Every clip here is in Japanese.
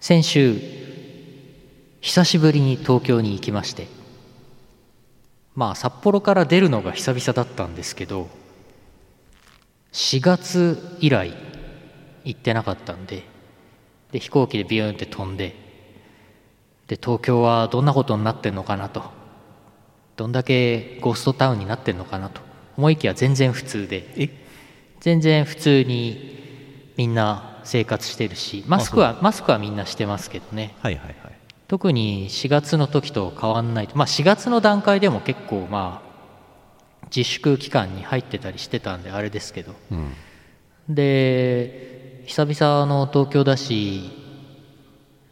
先週久しぶりに東京に行きましてまあ札幌から出るのが久々だったんですけど4月以来行ってなかったんでで飛行機でビューンって飛んでで東京はどんなことになってんのかなとどんだけゴーストタウンになってんのかなと思いきや全然普通で全然普通にみんな生活してるしマスクはマスクはみんなしてますけどねはいはいはい。特に4月の時と変わんないと、まあ、4月の段階でも結構まあ自粛期間に入ってたりしてたんであれですけどうん。で久々の東京だし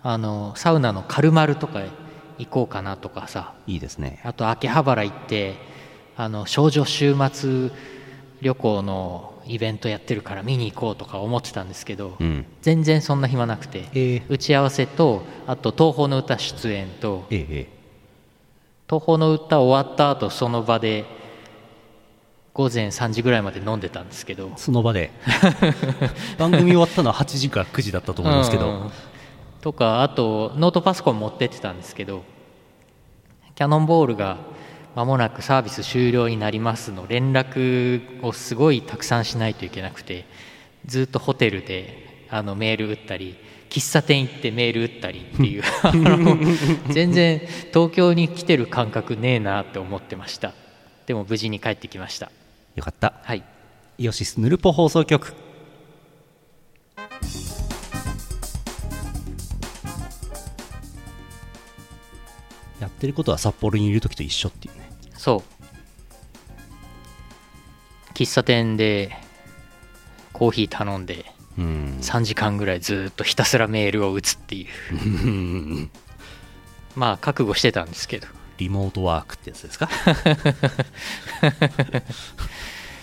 あのサウナのカルマルとかへ行こうかなとかさいいですね。あと秋葉原行ってあの少女週末旅行のイベントやってるから見に行こうとか思ってたんですけど、うん。全然そんな暇なくて、ええ打ち合わせとあと東宝の歌出演とえええ東宝の歌終わった後その場で午前3時ぐらいまで飲んでたんですけどえ。その場 で。番組終わったのは8時か9時だったと思いますけど。うんとかあとノートパソコン持ってってたんですけどキャノンボールが間もなくサービス終了になりますの連絡をすごいたくさんしないといけなくてずっとホテルであのメール打ったり喫茶店行ってメール打ったりっていう あの全然東京に来てる感覚ねえなって思ってましたでも無事に帰ってきましたよかった。はいイオシスヌルポ放送局。やってることは札幌にいる時と一緒っていうね。そう喫茶店でコーヒー頼んでうん。 3時間ぐらいずっとひたすらメールを打つっていうまあ覚悟してたんですけどリモートワークってやつ ですか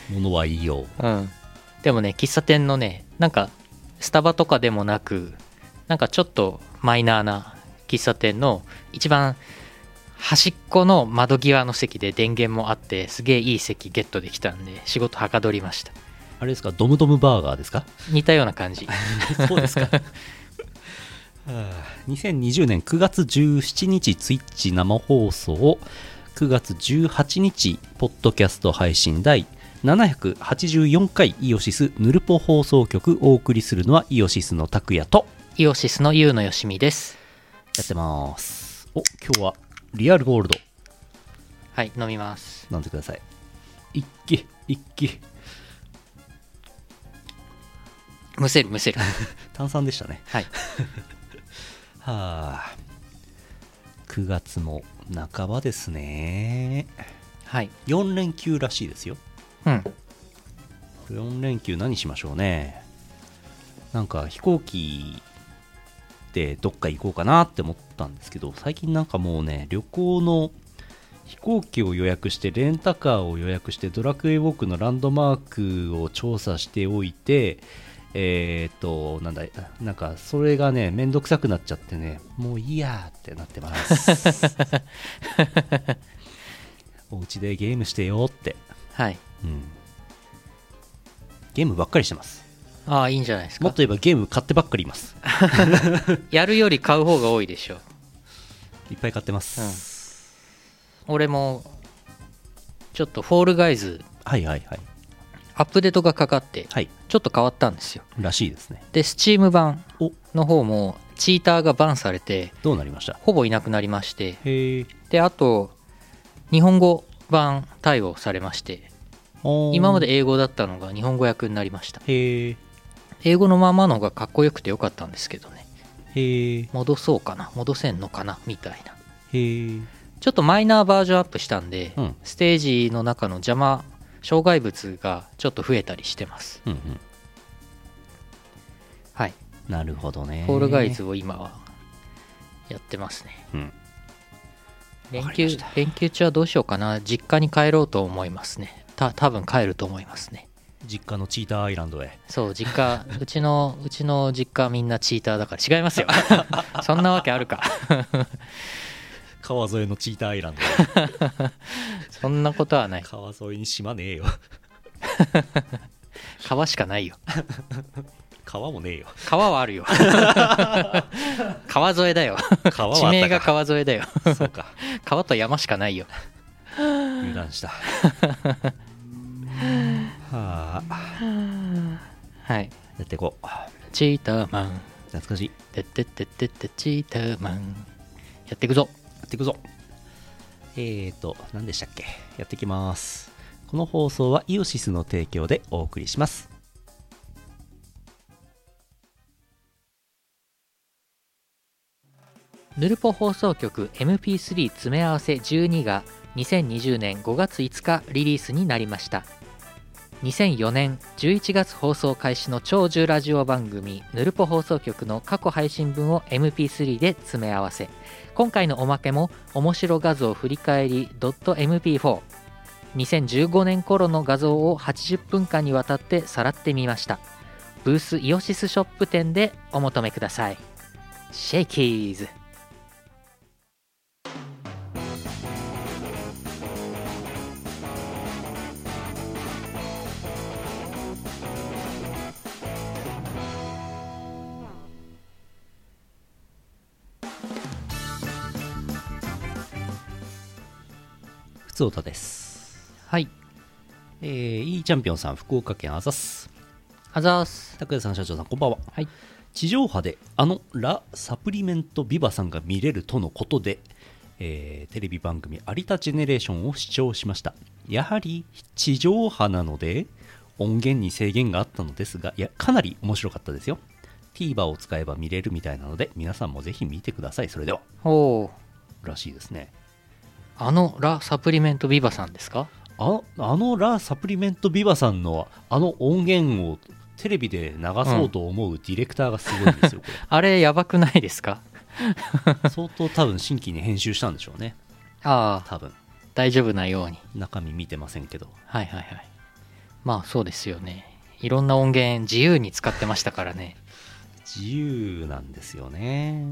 ものは言いようう。んでもね喫茶店のねなんかスタバとかでもなくなんかちょっとマイナーな喫茶店の一番端っこの窓際の席で電源もあってすげえいい席ゲットできたんで仕事はかどりましたあれですか、ドムドムバーガーですか似たような感じ そうですか。 はあ2020年9月17日、ツイッチ生放送、9月18日、ポッドキャスト配信第784回イオシスヌルポ放送局お送りするのはイオシスの拓也とイオシスのユウのよしみですやってます。お、今日はリアルゴールドはい飲みます飲んでください。一気、一気。むせるむせ る炭酸でしたね。はいはあ、9月も半ばですね。はい4連休らしいですよ。うん4連休何しましょうね。なんか飛行機でどっか行こうかなって思ったんですけど、最近なんかもうね、旅行の飛行機を予約して、レンタカーを予約して、ドラクエウォークのランドマークを調査しておいて、えーっと、なんだ、なんかそれがね、めんどくさくなっちゃってね、もういいやーってなってます。お家でゲームしてよーって。はいうんゲームばっかりしてますああいいんじゃないですもかっと言えばゲーム買ってばっかりいますやるより買う方が多いでしょいっぱい買ってます、俺もちょっとフォールガイズはいはいはいアップデートがかかってはいちょっと変わったんですよらしいですねで Steam 版おの方もチーターがバンされてどうなりましたほぼいなくなりましてへえであと日本語版対応されまして今まで英語だったのが日本語訳になりましたへえ英語のままの方がかっこよくてよかったんですけどねへえ戻そうかな戻せんのかなみたいなへえちょっとマイナーバージョンアップしたんで、うんステージの中の邪魔障害物がちょっと増えたりしてますうんうんはいなるほどねフォールガイズを今はやってますねうん連わかり休ました連休中はどうしようかな実家に帰ろうと思いますねた多分帰ると思いますね実家のチーターアイランドへそう実 家うちのうちの実家みんなチーターだから違います よそんなわけあるか川沿いのチーターアイランドへそんなことはない川沿いに島ねえよ川しかないよ 川もねえよ川はある よ川沿いだよ川は地あ名っがたか川沿いだよそうか川と山しかないよ油断したはあはいやっていこうチーターマン懐かしいてってってってってチーターマンやっていくぞやっていくぞえーと何でしたっけやっていきますこの放送はイオシスの提供でお送りしますヌルポ放送局 MP3 詰め合わせ12が2020年5月5日リリースになりました2004年11月放送開始の超重ラジオ番組「ヌルポ放送局」の過去配信分を MP3 で詰め合わせ今回のおまけも「面白画像振り返り .mp4」2015年頃の画像を80分間にわたってさらってみましたブースイオシスショップ店でお求めくださいシェイキーズふつおたですはいえー、いいチャンピオンさん福岡県あざっすあざーす。拓也さん社長さんこんばんははい。地上波であのラ・サプリメント・ビバさんが見れるとのことで、えーテレビ番組「有田ジェネレーション」を視聴しましたやはり地上波なので音源に制限があったのですがいやかなり面白かったですよ TVer を使えば見れるみたいなので皆さんもぜひ見てくださいそれではおお。らしいですねあのラ・サプリメント・ビバさんですかああのラ・サプリメント・ビバさんのあの音源をテレビで流そうと思うディレクターがすごいんですよ、これあれ、やばくないですか相当多分新規に編集したんでしょうねああ、多分大丈夫なように。中身見てませんけどはいはいはい。まあ、そうですよね。いろんな音源自由に使ってましたからね。自由なんですよね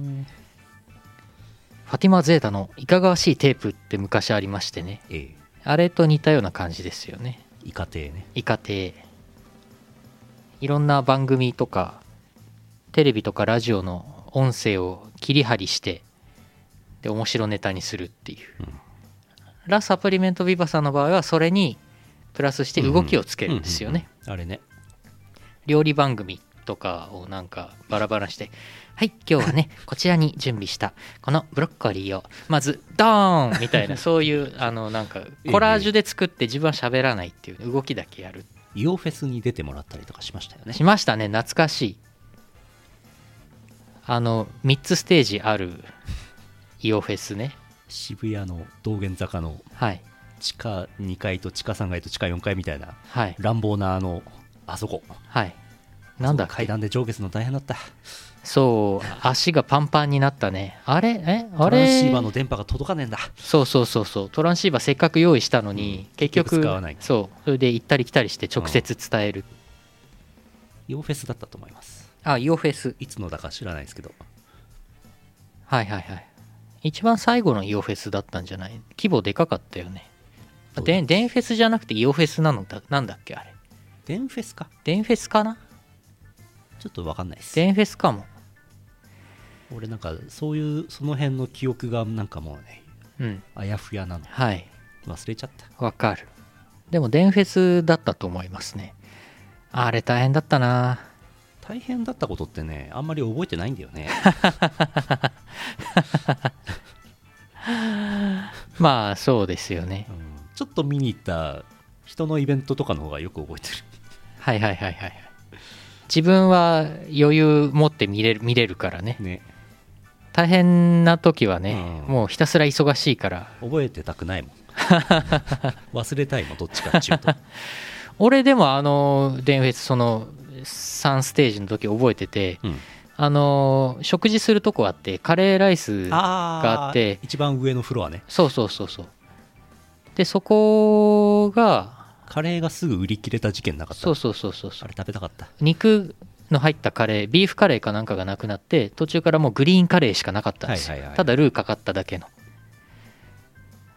ファティマ・ゼータのいかがわしいテープって昔ありましてね。ええあれと似たような感じですよね。イカ亭ねイカ亭。いろんな番組とか、テレビとかラジオの音声を切り張りして、で、面白ネタにするっていう。うんラ・サプリメント・ビバさんの場合はそれにプラスして動きをつけるんですよね、うんうんうんあれね料理番組とかをなんかバラバラしてはい今日はね こちらに準備したこのブロッコリーをまずドーンみたいなそういうあのなんかコラージュで作って自分は喋らないっていう動きだけやるイオフェスに出てもらったりとかしましたよねしましたね懐かしいあの3つステージあるイオフェスね渋谷の道玄坂のはい地下2階と地下3階と地下4階みたいなはい乱暴なあのあそこはいなんだっけ階段で上下するの大変だったそう足がパンパンになったねあれえあトランシーれバーの電波が届かねえんだそうそうそうそうトランシーバーせっかく用意したのに、うん結局結局使わないそうそれで行ったり来たりして直接伝える、イオフェスだったと思いますあイオフェスいつのだか知らないですけどはいはいはい一番最後のイオフェスだったんじゃない規模でかかったよねあでデンフェスじゃなくてイオフェスなのだなんだっけあれデンフェスかデンフェスかなちょっと分かんないですデンフェスかも俺なんかそういうその辺の記憶がなんかもうねうんあやふやなのはい忘れちゃったわかるでもデンフェスだったと思いますねあれ大変だったな大変だったことってねあんまり覚えてないんだ よねまあそうですよねうんちょっと見に行った人のイベントとかの方がよく覚えてるはいはいはいはいはい自分は余裕持って見れる見れるからねね大変な時はね、うんもうひたすら忙しいから覚えてたくない もん忘れたいもんどっちかっていうと俺でもあの電フェスその3ステージの時覚えててうんあの食事するとこあってカレーライスがああって一番上のフロアねそうそうそうそうでそこがカレーがすぐ売り切れた事件なかったそうそうそうそうそあうれ食べたかった肉の入ったカレービーフカレーかなんかがなくなって途中からもうグリーンカレーしかなかったんですよ、はいはいはいただルーかかっただけの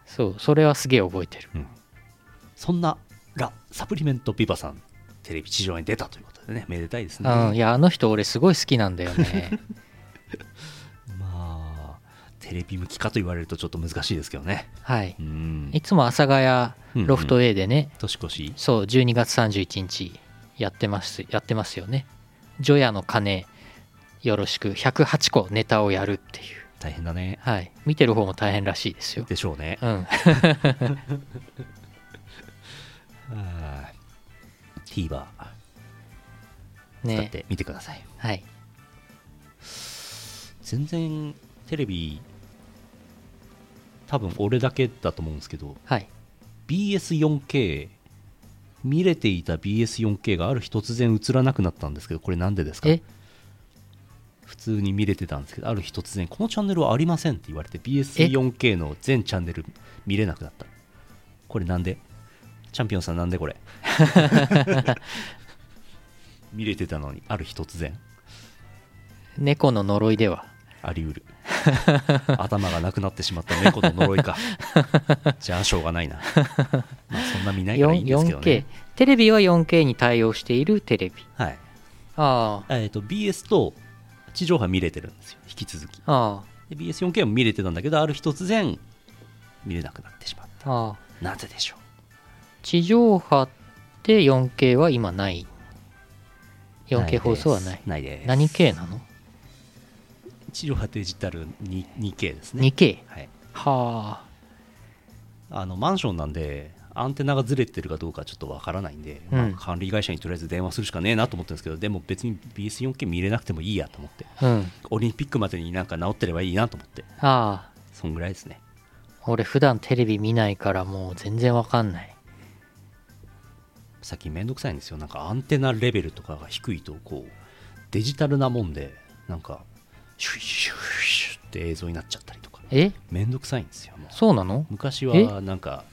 そうそれはすげえ覚えてるそんなラ・サプリメント・ビバさんテレビ地上に出たということでね、めでたいですね。うん、いやあの人俺すごい好きなんだよね まあ、テレビ向きかと言われるとちょっと難しいですけどね。はいうんい。つも阿佐ヶ谷ロフト A でね、年越し、そう12月31日やってますやってますよね「除夜の鐘よろしく108個ネタをやる」っていう大変だね。はい見てる方も大変らしいですよでしょうね。うんはい TVer 使っねてみてください。はい全然テレビ、多分俺だけだと思うんですけど、はい BS4K 見れていた BS4K がある日突然映らなくなったんですけどこれなんでですかえ普通に見れてたんですけどある日突然このチャンネルはありませんって言われて BS4K の全チャンネル見れなくなったこれなんでチャンピオンさんなんでこれ 見れてたのにある日突然猫の呪いではありうる 頭がなくなってしまった猫の呪 いかじゃあしょうがないな、まあ、そんな見ないからいいんですけど 4K、ねテレビは 4K に対応しているテレビはいあえー、と BS と地上波見れてるんですよ引き続きああで BS4K も見れてたんだけどある日突然見れなくなってしまうあああなぜでしょ地上波って 4K は今ないう 4K 放送はないないです何 K なの地上波デジタルに 2K ですね 2K はい、はああのマンションなんでアンテナがずれてるかどうかちょっとわからないんで、うんまあ管理会社にとりあえず電話するしかねえなと思ってるんですけどでも別に BS4K 見れなくてもいいやと思ってうんオリンピックまでになんか治ってればいいなと思ってああそんぐらいですね俺普段テレビ見ないからもう全然わかんない最近めんどくさいんですよなんかアンテナレベルとかが低いとこうデジタルなもんでなんかシュイシュイシュイって映像になっちゃったりとかえめんどくさいんですよもうそうなの昔えはなんか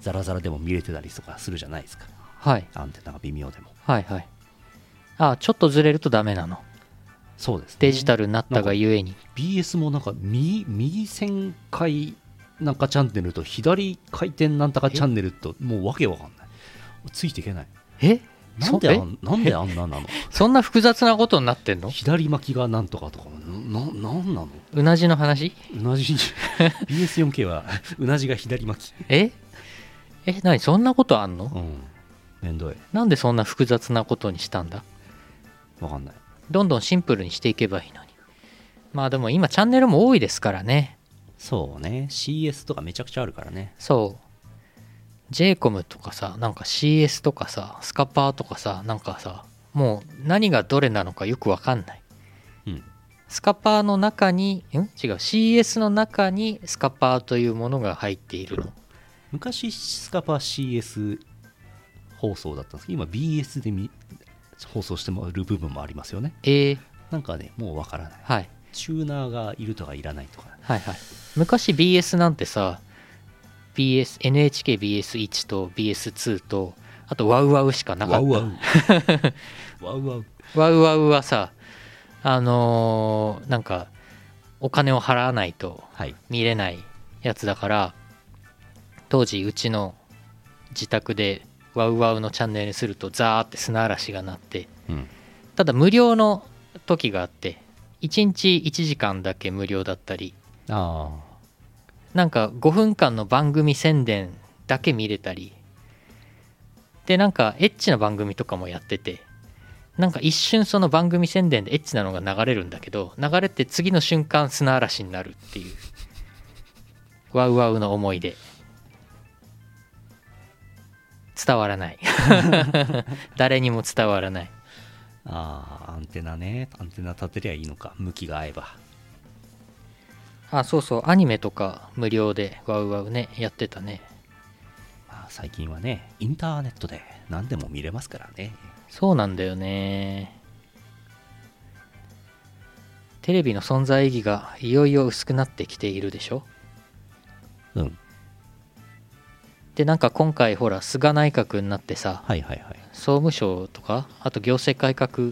ザラザラでも見れてたりとかするじゃないですかはいアンテナが微妙でもはいはいああちょっとずれるとダメなのそうですねデジタルになったがゆえに BS もなんか右右旋回なんかチャンネルと左回転なんとかチャンネルともうわけわかんないついていけないえなそんであえんなんであんななのそんな複雑なことになってんの 左巻きがなんとかとかなななんなのうなじの話うな じ BS4K はうなじが左巻き、ええ何そんなことあんのうん、めんどいなんでそんな複雑なことにしたんだわかんないどんどんシンプルにしていけばいいのにまあでも今チャンネルも多いですからねそうね CS とかめちゃくちゃあるからねそう j コムとかさなんか CS とかさスカパーとかさなんかさもう何がどれなのかよくわかんないうんスカパーの中にん違う CS の中にスカパーというものが入っているの昔スカパー CS 放送だったんですけど今 BS で見放送してもらう部分もありますよねえーなんかねもうわからないはいチューナーがいるとかいらないとかはいはい昔 BS なんてさ BS NHKBS1 と BS2 とあとワウワウしかなかワったウワウ ワウワウワウワウはさあのーなんかお金を払わないとはい見れないやつだから当時うちの自宅でワウワウのチャンネルにするとザーって砂嵐が鳴ってうんただ無料の時があって1日1時間だけ無料だったりあなんか5分間の番組宣伝だけ見れたりでなんかエッチな番組とかもやっててなんか一瞬その番組宣伝でエッチなのが流れるんだけど流れて次の瞬間砂嵐になるっていうワウワウの思い出伝わらない 誰にも伝わらないーあーアンテナねアンテナ立てりゃいいのか向きが合えばあそうそうアニメとか無料でワウワウねやってたねまあ、最近はねインターネットで何でも見れますからねそうなんだよねテレビの存在意義がいよいよ薄くなってきているでしょうんでなんか今回ほら菅内閣になってさはいはいはい総務省とかあと行政改革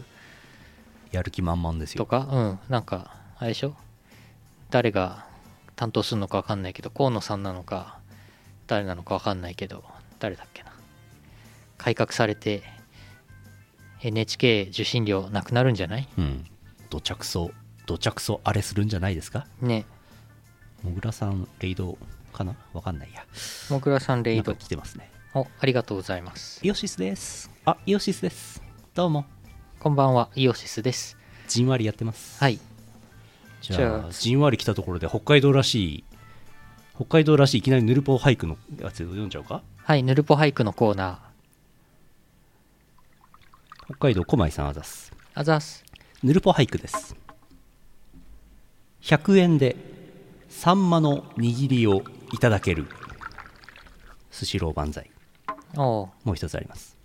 やる気満々ですとよかうんなんかあれでしょ誰が担当するのか分かんないけど河野さんなのか誰なのか分かんないけど誰だっけな改革されて NHK 受信料なくなるんじゃないうんどちゃくそどちゃくそあれするんじゃないですかねもぐらさんレイドかなわかんないやもぐらさんレイなドんか来てますねおありがとうございますイオシスですあイオシスですどうもこんばんはイオシスですじんわりやってますはいじじゃゃああじんわり来たところで北海道らしい北海道らしいいきなりヌルポ俳句のやつ読んじゃおうかはいぬるぽ俳句のコーナ北海道狛江さんあざすーあざっすヌルポ俳句です100円でサンマの握りをいただけるスシロー万歳おうもう一つあります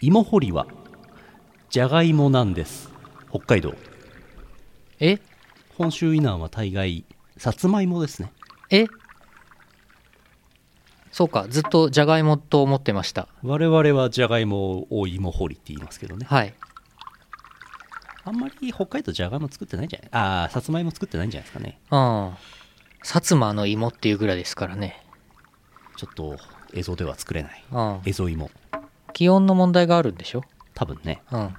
芋掘りはじゃがいもなんです北海道え本州以南は大概さつまいもですねえそうかずっとじゃがいもと思ってました我々はじゃがいもを芋掘りって言いますけどねはいあんまり北海道じゃがいも作ってないんじゃないああさつまいも作ってないんじゃないですかねうん薩摩の芋っていうぐらいですからねちょっと映像では作れないうん映像芋気温の問題があるんでしょ多分ねうんは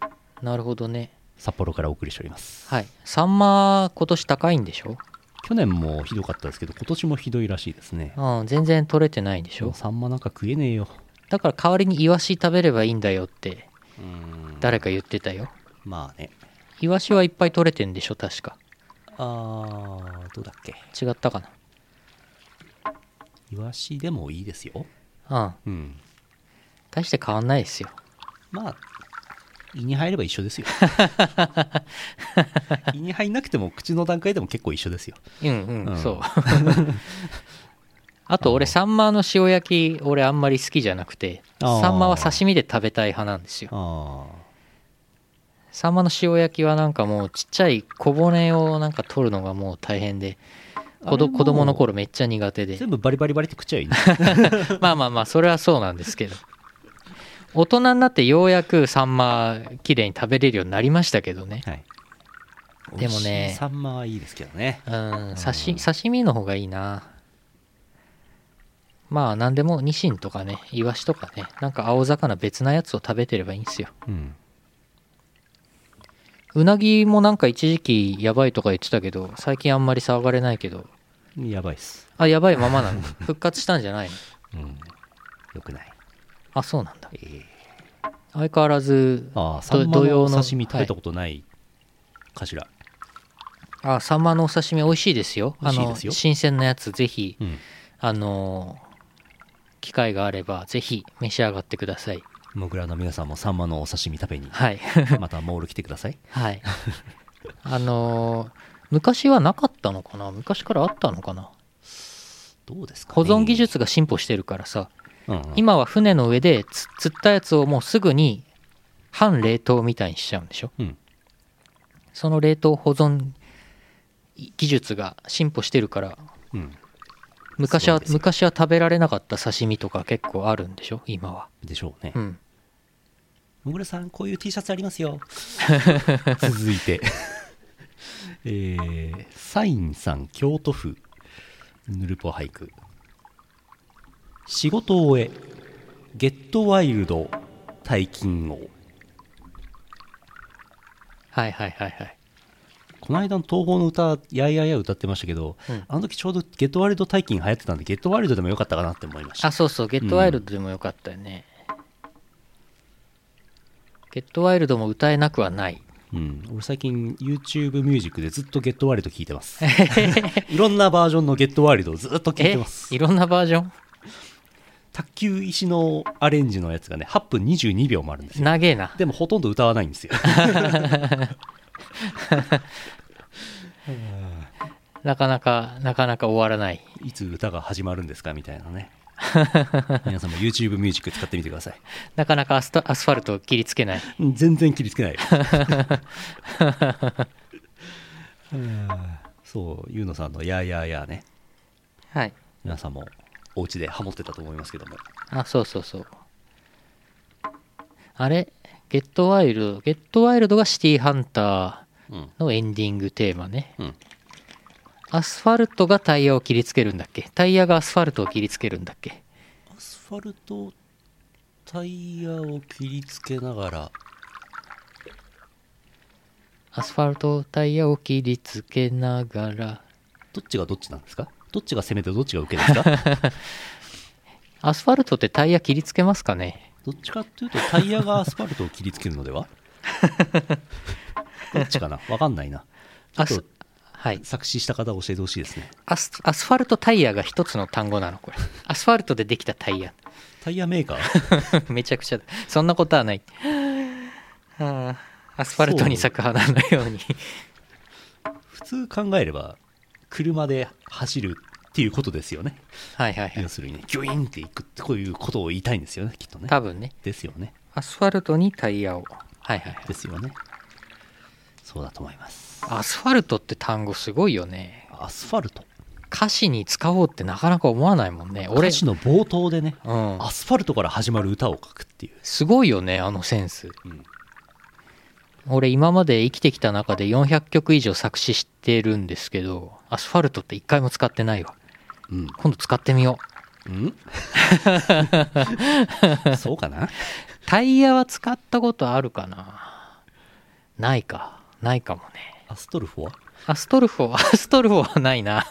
あなるほどね札幌からお送りしておりますはいサンマ今年高いんでしょ去年もひどかったですけど今年もひどいらしいですねうん全然取れてないんでしょサンマなんか食えねえよだから代わりにイワシ食べればいいんだよってうーん誰か言ってたよまあねイワシはいっぱい取れてんでしょ確かあーどうだっけ違ったかイワシでもいいですよなうんうん大して変わんないですよまあ胃に入れば一緒ですよ 胃に入んなくても口の段階でも結構一緒ですようんうん、うんそう あと俺サンマの塩焼き俺あんまり好きじゃなくてあーサンマは刺身で食べたい派なんですよあサンマの塩焼きはなんかもうちっちゃい小骨をなんか取るのがもう大変であ子どれも子供の頃めっちゃ苦手 で全部バリバリバリって食っちゃえばいいんだまあまあまあそれはそうなんですけど大人になってようやくサンマきれいに食べれるようになりましたけどねはい、でもね美味しいサンマはいいですけどねうん刺刺身の方がいいなまあ何でもニシンとかねイワシとかねなんか青魚別なやつを食べてればいいんですようんうなぎもなんか一時期やばいとか言ってたけど最近あんまり騒がれないけどやばいっす、あやばいままな の復活したんじゃないのうん、よくない、あそうなんだえー相変わらずああサとンマ同様のの刺身食べたことないかしら、あサンマのお刺身美味しいですよ美味しいですよあの新鮮なやつぜひうんあの機会があればぜひ召し上がってくださいモグラの皆さんもサンマのお刺身食べにはいまたモール来てくださいはい あのー昔はなかったのかな昔からあったのかなどうですか、保ね、存技、術が進歩してるからさうんうん今は船の上でつ釣ったやつをもうすぐに半冷凍みたいにしちゃうんでしょうんその冷凍保存技術が進歩してるからうん、昔そうはですよ昔は食べられなかった刺身とか結構あるんでしょ今はでしょうねう、んもぐらさん、こういう T シャツありますよ。 続い て、えーサインさん、京都府、ぬるぽ俳句。仕事を終え、ゲットワイルド、大金を。はいはいはいはいこの間の東宝の歌、やいやいや歌ってましたけど、うんあの時ちょうどゲットワイルド大金流行ってたんで、ゲットワイルドでもよかったかなって思いま した。あそうそうゲットワイルドでもよかったよね、ゲットワイルドも歌えなくはないうん、俺最近 YouTube ミュージックでずっとゲットワイルド聴いて ます。いろんなバージョンのゲットワイルドをずっと聴いてます。いろんなバージョン卓球石のアレンジのやつがね8分22秒もあるんですよ長えなでもほとんど歌わないんですよ なかなかなかなか終わらないいつ歌が始まるんですかみたいなね皆さんも YouTube ミュージック使ってみてくださいなかなかアスタアスファルトを切りつけないうん全然切りつけないそうゆうのさんの「やーやーやーねはい皆さんもお家でハモってたと思いますけどもあそうそうそうあれゲットワイルドゲットワイルドがシティハンタうんーのエンディングテーマねうんアスファルトがタイヤを切りつけるんだっけタイヤがアスファルトを切りつけるんだっけアスファルトタイヤを切りつけながらアスファルトタイヤを切りつけながらどっちがどっちなんですかどっちが攻めてどっちが受けですかアスファルトってタイヤ切りつけますかねどっちかっていうとタイヤがアスファルトを切りつけるの ではどっちかなわかんないなちょアっとスはい作詞した方教えてほしいですねアスアスファルトタイヤが一つの単語なのこれアスファルトでできたタイヤ タイヤメーカー めちゃくちゃだそんなことはないはあアスファルトに咲く花のように 普通考えれば車で走るっていうことですよねはいはいはい要するにねギュインっていくってこういうことを言いたいんですよねきっとね多分ねですよねアスファルトにタイヤをはいはいはいですよねそうだと思いますアスファルトって単語すごいよねアスファルト歌詞に使おうってなかなか思わないもんね俺歌詞の冒頭でねうんアスファルトから始まる歌を書くっていう、すごいよねあのセンス俺今まで生きてきた中で400曲以上作詞してるんですけどアスファルトって一回も使ってないわうん今度使ってみよううん そうかなタイヤは使ったことあるかなないかないかもねアストルフォはアストルフォアストルフォはない な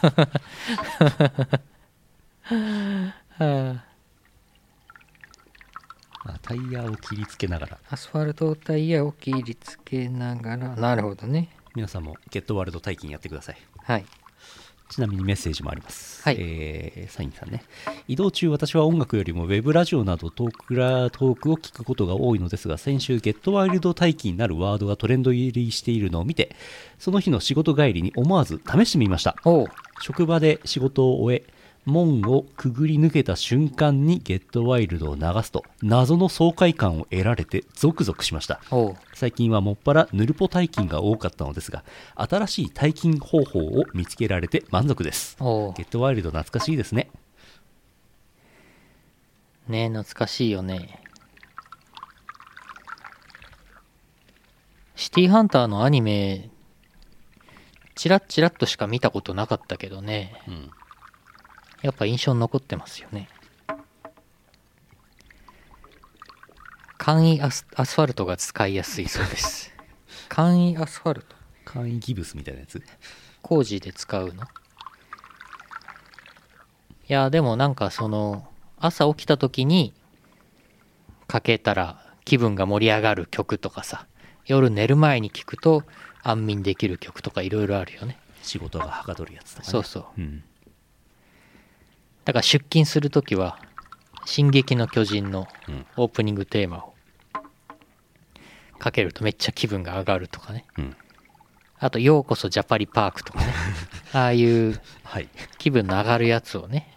うんあタイヤを切りつけながらアスファルトタイヤを切りつけながらなるほどね皆さんもゲットワールド体験やってくださいはいちなみにメッセージもあります。はいえーサインさんね。移動中、私は音楽よりもウェブラジオなどトークラトークを聞くことが多いのですが、先週、ゲットワイルド待機になるワードがトレンド入りしているのを見て、その日の仕事帰りに思わず試してみました。おう職場で仕事を終え、門をくぐり抜けた瞬間にゲットワイルドを流すと、謎の爽快感を得られて、ゾクゾクしました。おう最近はもっぱらぬるぽ体験が多かったのですが新しい体験方法を見つけられて満足ですおうゲットワイルド懐かしいですねねえ懐かしいよねシティハンターのアニメチラッチラッとしか見たことなかったけどねうんやっぱ印象に残ってますよね簡易アスアスファルトが使いやすいそうです 簡易アスファルト簡易ギブスみたいなやつ工事で使うのいやでもなんかその朝起きた時にかけたら気分が盛り上がる曲とかさ夜寝る前に聴くと安眠できる曲とかいろいろあるよね仕事がはかどるやつとか、ね、そうそううんだから出勤する時は「進撃の巨人」のうんオープニングテーマをかけるとめっちゃ気分が上がるとかねうんあと「ようこそジャパリパーク」と かねああいうはい気分の上がるやつをね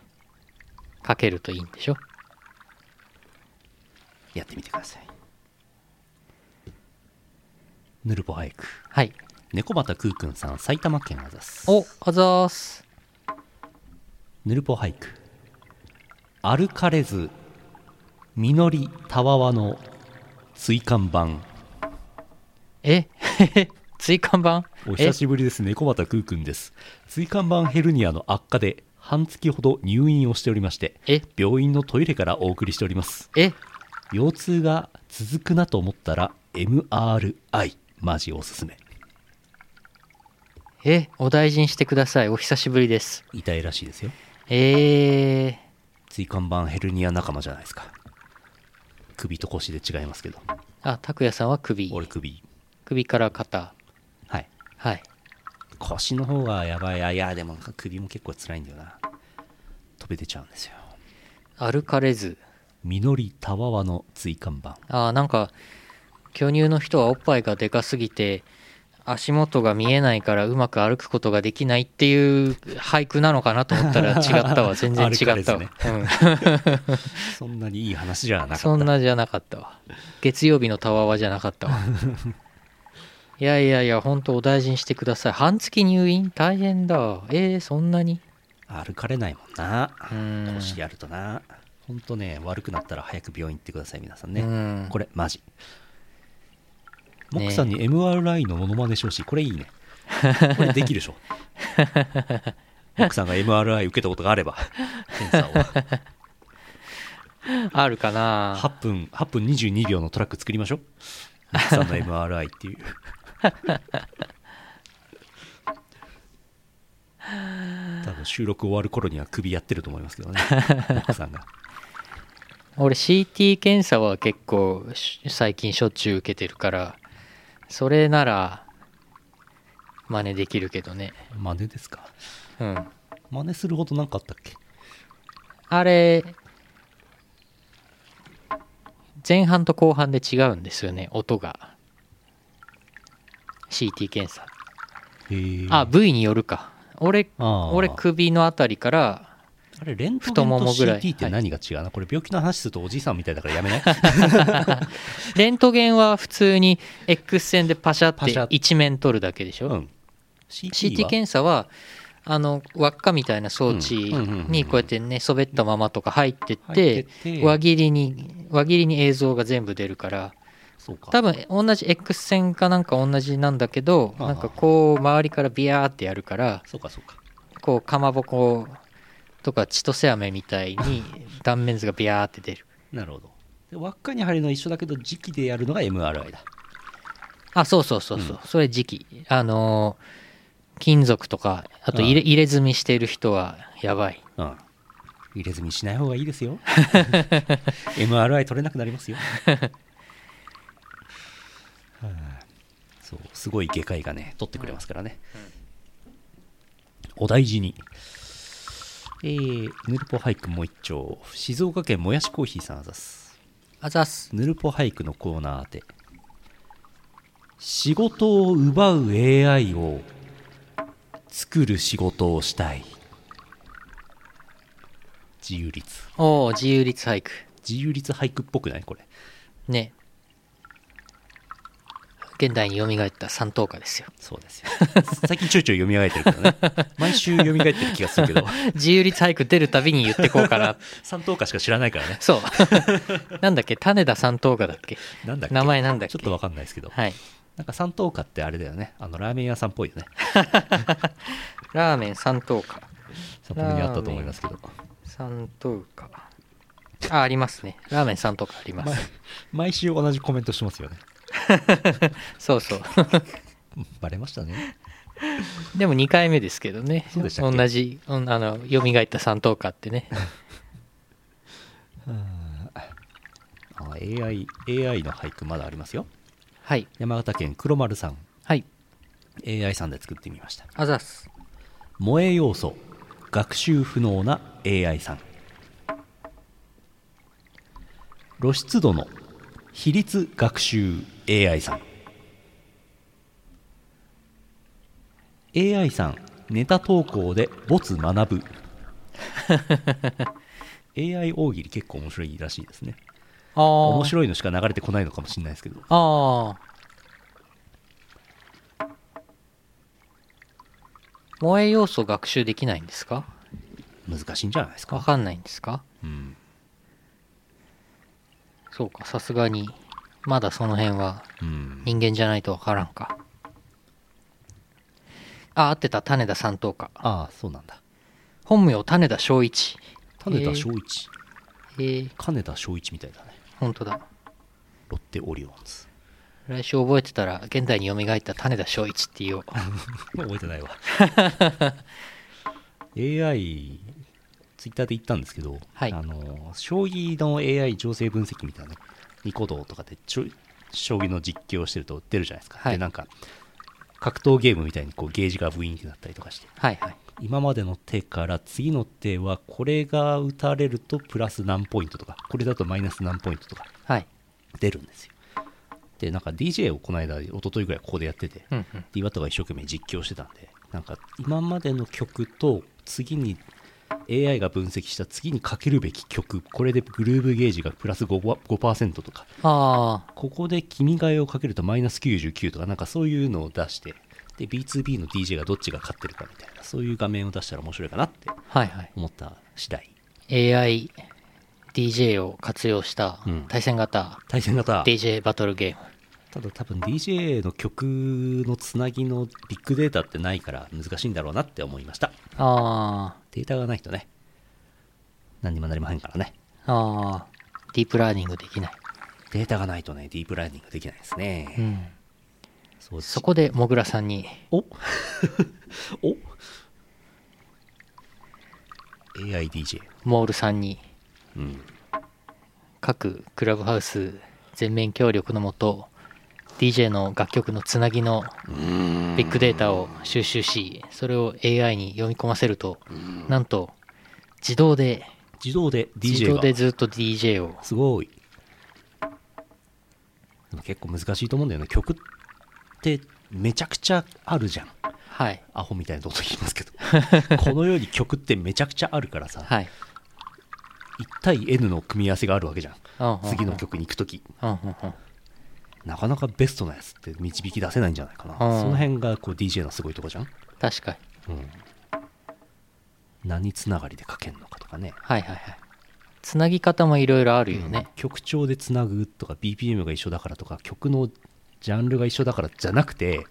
かけるといいんでしょやってみてくださいぬるぽ俳句はい猫又くーくんさん埼玉県あざすおあざーすぬるぽ俳句歩かれず実りたわわの椎間板え 椎間板おえ久しぶりですね、小畑くーくんです。椎間板ヘルニアの悪化で、半月ほど入院をしておりまして、え病院のトイレからお送りしております。え腰痛が続くなと思ったら、MRI、マジおすすめ。えお大事にしてくださいお久しぶりです痛いらしいですよ。えー、椎間板ヘルニア仲間じゃないですか。首と腰で違いますけど、あ拓也さんは首俺首。首から肩はい。はい腰の方がやばい。あいや、でもなんか首も結構辛いんだよな。飛び出ちゃうんですよ。歩かれず実りたわわの椎間板。あーなんか巨乳の人はおっぱいがでかすぎて足元が見えないからうまく歩くことができないっていう俳句なのかなと思ったら違った わ全然違ったわ、歩うんそんなにいい話じゃなかった。そんなじゃなかったわ月曜日のたわわじゃなかった わいやいやいや本当お大事にしてください半月入院大変だえー、そんなに歩かれないもんなうーん腰やるとなほんとね悪くなったら早く病院行ってください皆さんうねんこれマジねモックさんに MRI のモノマネしてほしいこれいいねこれできるでしょモックさんが MRI 受けたことがあれば検査をあるかな8分8分22秒のトラック作りましょうミッツさんの MRI って いう多分収録終わる頃には首やってると思いますけどね奥さんが俺 CT 検査は結構し最近しょっちゅう受けてるからそれなら真似できるけどね真似ですかうん真似するほど何かあったっけあれ前半と後半で違うんですよね音が CT 検査へえあ V によるか俺あー俺首のあたりからあれレント太ゲンもともぐらい CT って何が違うな、これ病気の話するとおじいさんみたいだからやめないレントゲンは普通に X 線でパシャパシャって一面取るだけでしょ、うん CT, CT は検査はあの輪っかみたいな装置うんうんうんうんうんにこうやって寝そべったままとか入ってっ入っててて輪切りに輪切りに映像が全部出るからそうか多分同じ X 線かなんか同じなんだけどああなんかこう周りからビヤーってやるからそうかそうかこうかまぼことか千歳飴みたい に断面図がビヤーって出るなるほどで輪っかに入るのは一緒だけど時期でやるのが MRI だあそうそうそうそう、うそれ時期あのー金属とかあと入れ入れ墨してる人はやばいうん入れ墨しない方がいいですよ MRI 取れなくなりますよはいそうすごい外科医がね取ってくれますからね、お大事にえー、ヌルポ俳句もう一丁静岡県もやしコーヒーさんあざすあざっすヌルポ俳句のコーナー宛て仕事を奪う AI を作る仕事をしたい自由律おお自由律俳句自由律俳句っぽくないこれね現代に蘇った三等歌 ですよそうですよ 最近ちょいちょい読み上げてるけどね毎週読み上げてる気がするけど 自由律俳句出るたびに言ってこうかな三等歌しか知らないからね そうなんだっけ種田三等歌だっけなんだっけ名前なんだっけちょっとわかんないですけど、はいなんか三等歌ってあれだよねあのラーメン屋さんっぽいよねラーメン三等歌札幌にあったと思い ますけど三等歌あありますねラーメン三等歌ありま毎す毎週同じコメントしてますよねそうそう バレましたねでも2回目ですけどねそうでしたっけ同じうんあの蘇った三等歌って ねあ AI, AI の俳句まだありますよはい山形県黒丸さんはい AI さんで作ってみましたあざっす萌え要素学習不能な AI さん露出度の比率学習 AI さん AI さんネタ投稿で没学ぶ AI 大喜利結構面白いらしいですねああ面い白いのしか流れてこないのかもしれないですけどああ萌え要素学習できないんですか難しいんじゃないですわか、かんないんですかうん、そうかさすがにまだその辺はうん、人間じゃないとわからんかあ合ってた種田三等かああそうなんだ本名種田正一種田正一、えー、金田正一みたいだね本当だロッテオリオンズ 来週覚えてたら現代に蘇った種田正一 っていう覚えて ないわ AI ツイッターで言ったんですけど、はいあの将棋の AI 情勢分析みたいなニコ動とかでちょ将棋の実況してると出るじゃないですか、はいでなんか格闘ゲームみたいにこうゲージがブイーンってなったりとかしてはいはい今までの手から次の手はこれが打たれるとプラス何ポイントとかこれだとマイナス何ポイントとかはい出るんですよでなんか DJ をこの間一昨日ぐらいここでやってて、うんうんで岩田が一生懸命実況してたんでなんか今までの曲と次に AI が分析した次にかけるべき曲これでグルーブゲージがプラス 5%, 5%とかああここで「君が代」をかけるとマイナス99とかなんかそういうのを出してで B2B の DJ がどっちが勝ってるかみたいなそういう画面を出したら面白いかなってはいはい思った次第 AIDJ を活用したうん対戦型対戦型 DJ バトルゲーム、ただ多分 DJ の曲のつなぎのビッグデータってないから難しいんだろうなって思いましたあデータがないとね何にもなりませんからねあああディープラーニングできない、データがないとね、ディープラーニングできないですね。うん、そうですそこでもぐらさんに おお ?AIDJ。モールさんにうん。各クラブハウス全面協力のもと DJ の楽曲のつなぎのビッグデータを収集しそれを AI に読み込ませるとなんと自動で自動で自 DJ 動が。でずっと DJ をすごい。でも結構難しいと思うんだよね。曲ってめちゃくちゃあるじゃん。はいアホみたいなこと言いますけ ど。このように曲ってめちゃくちゃあるからさ、はい1対 N の組み合わせがあるわけじゃん。次の曲曲に行くとき。うんうんうんなかなかベストなやつって導き出せないんじゃないかな。うんその辺がこう DJ のすごいとこじゃん。確かにうん、何つながりで書けるのかとかねはいはいはいつなぎ方もいろいろあるよね、曲調でつなぐとか BPM が一緒だからとか曲のジャンルが一緒だからじゃなくて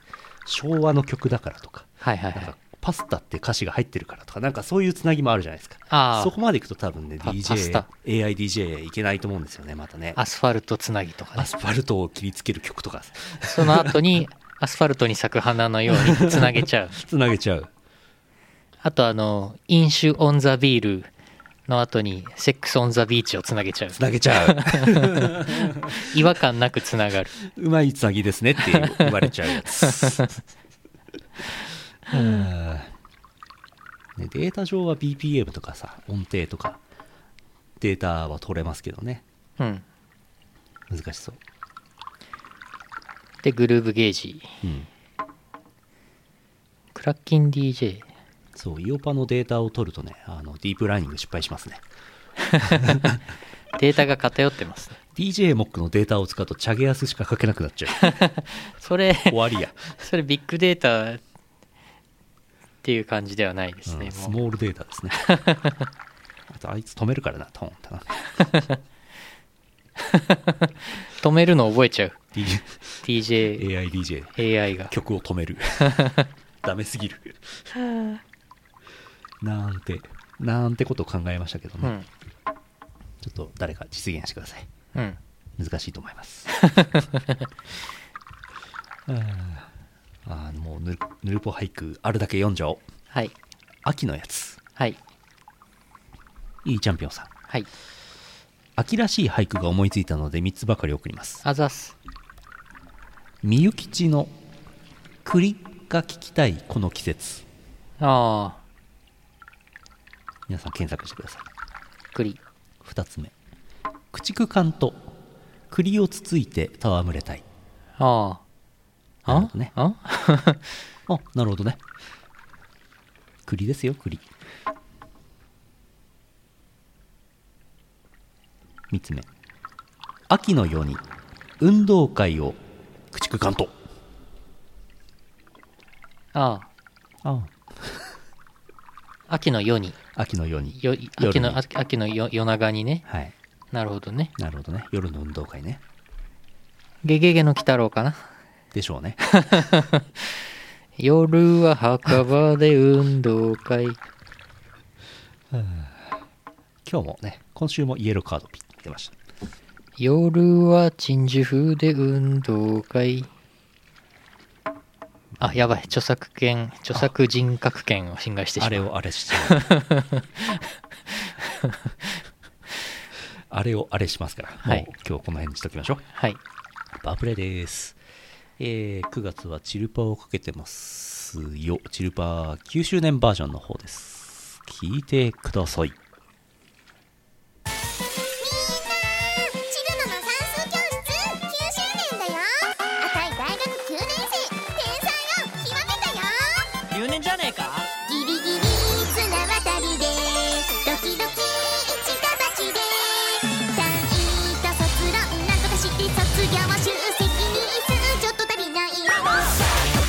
昭和の曲だからとかはいはいはなんいかパスタって歌詞が入ってるからとかなんかそういうつなぎもあるじゃないですかあそこまでいくと多分ねパパス DJ タ AIDJ いけないと思うんですよねまたねあアスファルトつなぎとかアねスファルトを切りつける曲とかその後にアスファルトに咲く花のようにつなげちゃうつなげちゃうあとあの飲酒オンザビールの後にセックスオンザビーチをつなげちゃうつなげちゃう違和感なくつながるうまいつなぎですねっていう言われちゃうやつ うんねデータ上は BPM とかさ音程とかデータは取れますけどねうん難しそう、でグルーブゲージうん、クラッキン DJ そうイオパのデータを取るとねあのディープラーニング失敗しますねデータが偏ってますね DJMOC のデータを使うとチャゲアスしか書けなくなっちゃうそれ 終わりや、それビッグデータっていう感じではないですうねん、スもうモールデータ ですねあとあいつ止めるからなトーンってな止めるの覚えちゃう DJAI AIDJ が曲を止める ダメすぎるなんてなんてことを考えましたけどうね、んちょっと誰か実現してくださいうん難しいと思います あーあーもうぬぬるぽ俳句あるだけ読んじゃおうはい秋のやつはいいいチャンピオンさんはい秋らしい俳句が思いついたので3つばかり送りますあざっすみゆきちの栗が聞きたいこの季節ああ皆さん検索してください栗2つ目駆逐艦と栗をつついて戯れたいあああなるほどねああなるほどね栗ですよ栗3つ目秋のように運動会を駆逐艦とあああ秋の夜にあ秋のようによい夜秋にの秋秋の夜夜長にねはいなるほどねなるほどね夜の運動会ねゲゲゲの鬼太郎かなでしょうね 夜は墓場で運動会今日もね今週もイエローカードピッ出ました夜は鎮守風で運動会あやばい著作権著作人格権を侵害してしまあうれをあれしてあれをあれしますから、はいもう今日この辺にしときましょう はいパワープレイです、えー9月はチルパをかけてますよチルパ9周年バージョンの方です聞いてくださいチルノの算数教室9周年だよ赤い大学9年生天才を極めたよ留年じゃねえかギリギリ綱渡りでドキドキ近バチで単位と卒論なんとかして卒業集積に数ちょっと足りない口を開け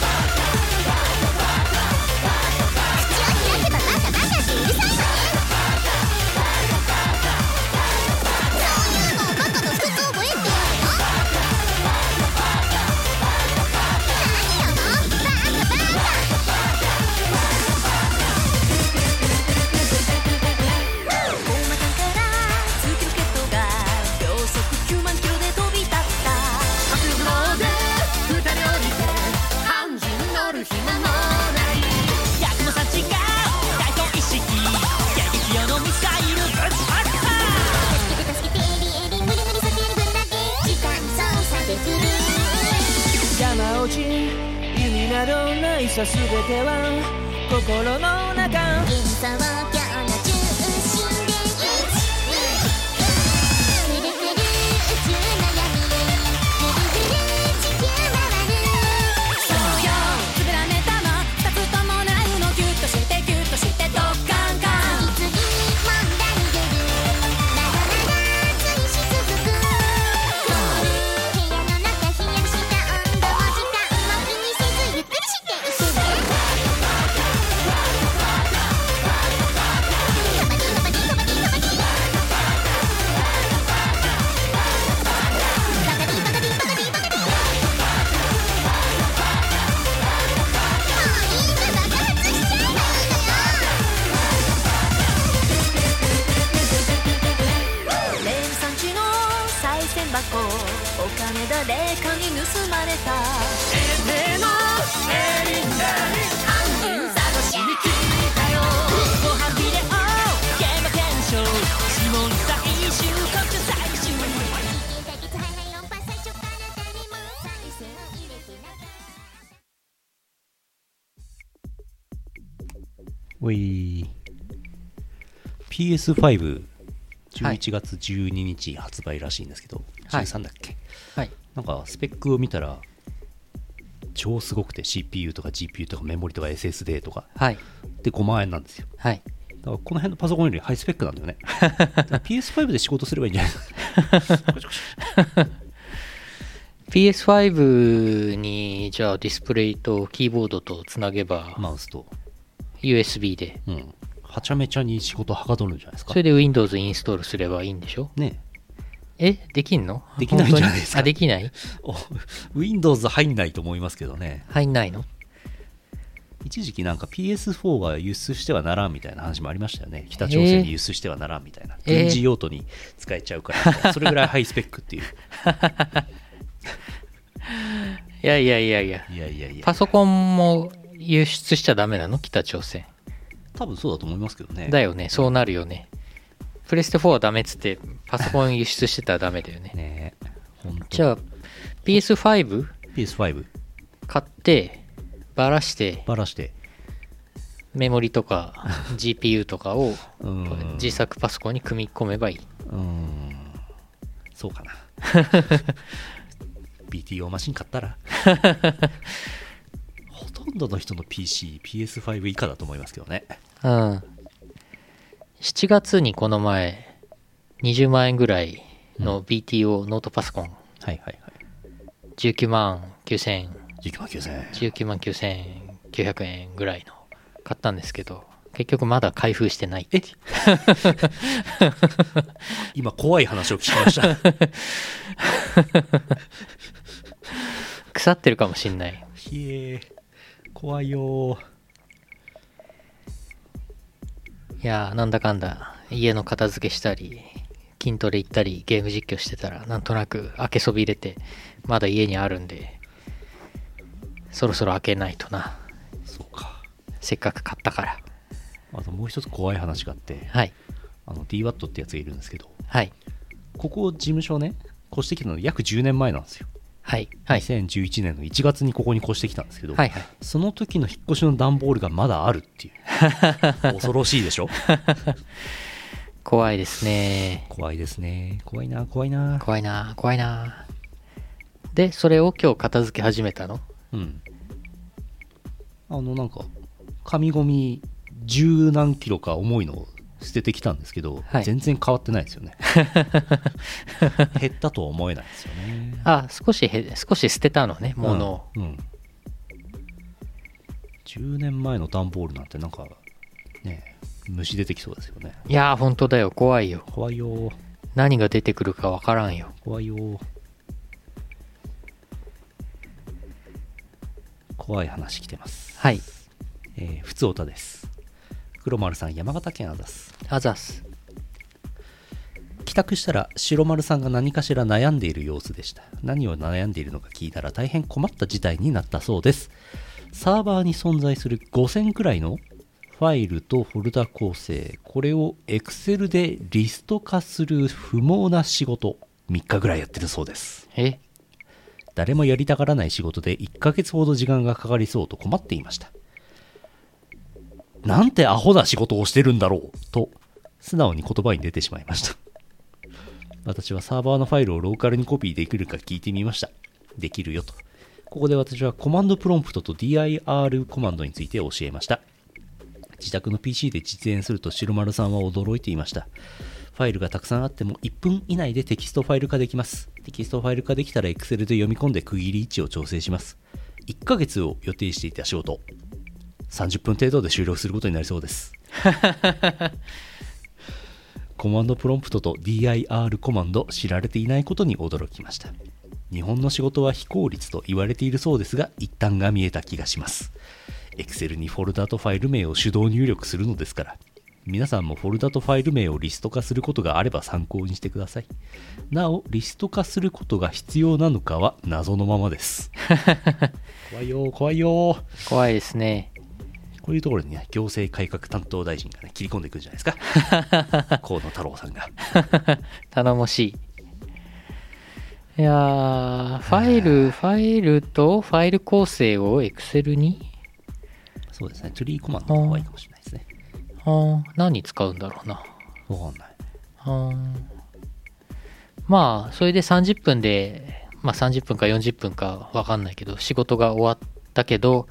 ばバカバカってうるさいわねそういうのをバカの靴覚えって言うの何よもうバカバカし意味などないさ全ては心の中幻想郷の中心でくるくる宇宙の闇ぐるぐる地球回る今日つぶらねたま二つともないのギュッとしてギュッとしてドッカン次問題出る長々追し続くカン部屋の中冷やした温度も時間も気にせずゆっくりしていくぜカバディカバディカバディカバディバカディバカディバカディバカディもういいか爆発しちゃえばいいのよ連産地の再銭箱お金誰かに盗まれたエのエリンダリ犯人探しに来たよご飯ビデオ現場検証指紋採集こっち採集一ヶ月早い論破最初から誰も参戦入れてなかったおい PS511 月12日発売らしいんですけど、はい13だっけはいなんかスペックを見たら超すごくて CPU とか GPU とかメモリとか SSD とかはいで5万円なんですよはいだからこの辺のパソコンよりハイスペックな んだよねだから PS5 で仕事すればいいんじゃない PS5 にじゃあディスプレイとキーボードとつなげばマウスと USB でうんはちゃめちゃに仕事はかどるんじゃないですかそれで Windows インストールすればいいんでしょねえできんのできないんじゃないですか本当にあできないお Windows 入んないと思いますけどね入んないの一時期なんか PS4 は輸出してはならんみたいな話もありましたよね北朝鮮えに輸出してはならんみたいな、えー軍事用途に使えちゃうからそれぐらいハイスペックっていういやいやいやいやいやいやいやパソコンも輸出しちゃダメなの北朝鮮多分そうだと思いますけどねだよねそうなるよねプレステ4はダメっつってパソコン輸出してたらダメだよ ねねえほんとじゃあ PS5 PS5 買ってばらしてバラしてメモリと か GPU とかをうん自作パソコンに組み込めばいい。うーんそうかな BTO マシン買ったら ほとんどの人の PCPS5 以下だと思いますけどねうん。7月にこの前、20万円ぐらいの BTO ノートパソコン、はいはいはい19万9000、 19万9000円19万9900円ぐらいの買ったんですけど、結局まだ開封してない。 え今怖い話を聞きました 腐ってるかもしんない。ひえ怖いよーいやー、なんだかんだ、家の片付けしたり、筋トレ行ったり、ゲーム実況してたら、なんとなく開けそびれて、まだ家にあるんで、そろそろ開けないとな。そうかせっかく買ったから。あともう一つ怖い話があってはい。あの DWAT ってやつがいるんですけどはい。ここ事務所ね越してきたの約10年前なんですよはい。はい。 2011年の1月にここに越してきたんですけど、はいはいその時の引っ越しの段ボールがまだあるっていう 恐ろしいでしょ怖いですね。怖いですね怖いな怖いな怖いな怖いなで、それを今日片付け始めたのうんあのなんか紙ゴミ十何キロか重いのを捨ててきたんですけど、はい全然変わってないです よね減ったとは思えないですよねあ、少しへ、少し捨てたのね、物を。うん、うん10年前の段ボールなんてなんかね虫出てきそうですよねいやー、本当だよ。怖いよ。怖いよー何が出てくるかわからんよ。怖いよー怖い話来てます、はい。えー、ふつおたです黒丸さん山形県アザスあざっす。帰宅したら白丸さんが何かしら悩んでいる様子でした何を悩んでいるのか聞いたら大変困った事態になったそうですサーバーに存在する5000くらいのファイルとフォルダ構成これを Excel でリスト化する不毛な仕事3日ぐらいやってるそうですえ誰もやりたがらない仕事で1ヶ月ほど時間がかかりそうと困っていました。なんてアホな仕事をしてるんだろうと、素直に言葉に出てしまいました。私はサーバーのファイルをローカルにコピーできるか聞いてみました。できるよと。ここで私はコマンドプロンプトと DIR コマンドについて教えました。自宅の PC で実演すると白丸さんは驚いていました。ファイルがたくさんあっても1分以内でテキストファイル化できます。テキストファイル化できたら Excel で読み込んで区切り位置を調整します。1ヶ月を予定していた仕事。30分程度で終了することになりそうです。コマンドプロンプトと DIR コマンド知られていないことに驚きました。日本の仕事は非効率と言われているそうですが、一旦が見えた気がします。Excel にフォルダとファイル名を手動入力するのですから、皆さんもフォルダとファイル名をリスト化することがあれば参考にしてください。なお、リスト化することが必要なのかは謎のままです。 怖いよー、怖いよー。怖いですね こういうところにね、行政改革担当大臣がね、切り込んでいくんじゃないです か。河野太郎さんが。頼もしいいやーファイルファイルとファイル構成を Excel にそうですね、トゥリーコマンドの方がいいかもしれないですね。あー何に使うんだろうなわかんない。あーまあそれで30分で、まあ、30分か40分か分かんないけど仕事が終わったけど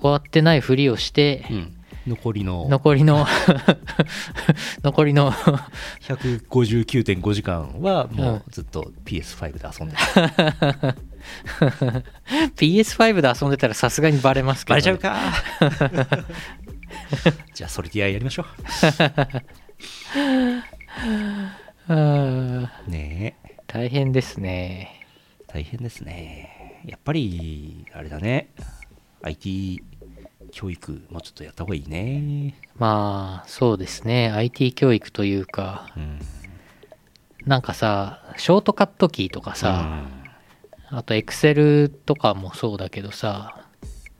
終わってないふりをして、うん。残りの残りの 残りの 159.5時間はもうずっと PS5 で遊んでる。 PS5 で遊んでたらさすがにバレますけどバね、レちゃうか じゃあソリティアやりましょうーんう。ねえ。大変ですね大変ですね。やっぱり、あれだね。IT 教育、もうちょっとやった方がいいね。まあそうですね IT 教育というかうん。なんかさショートカットキーとかさ、あと Excel とかもそうだけどさ、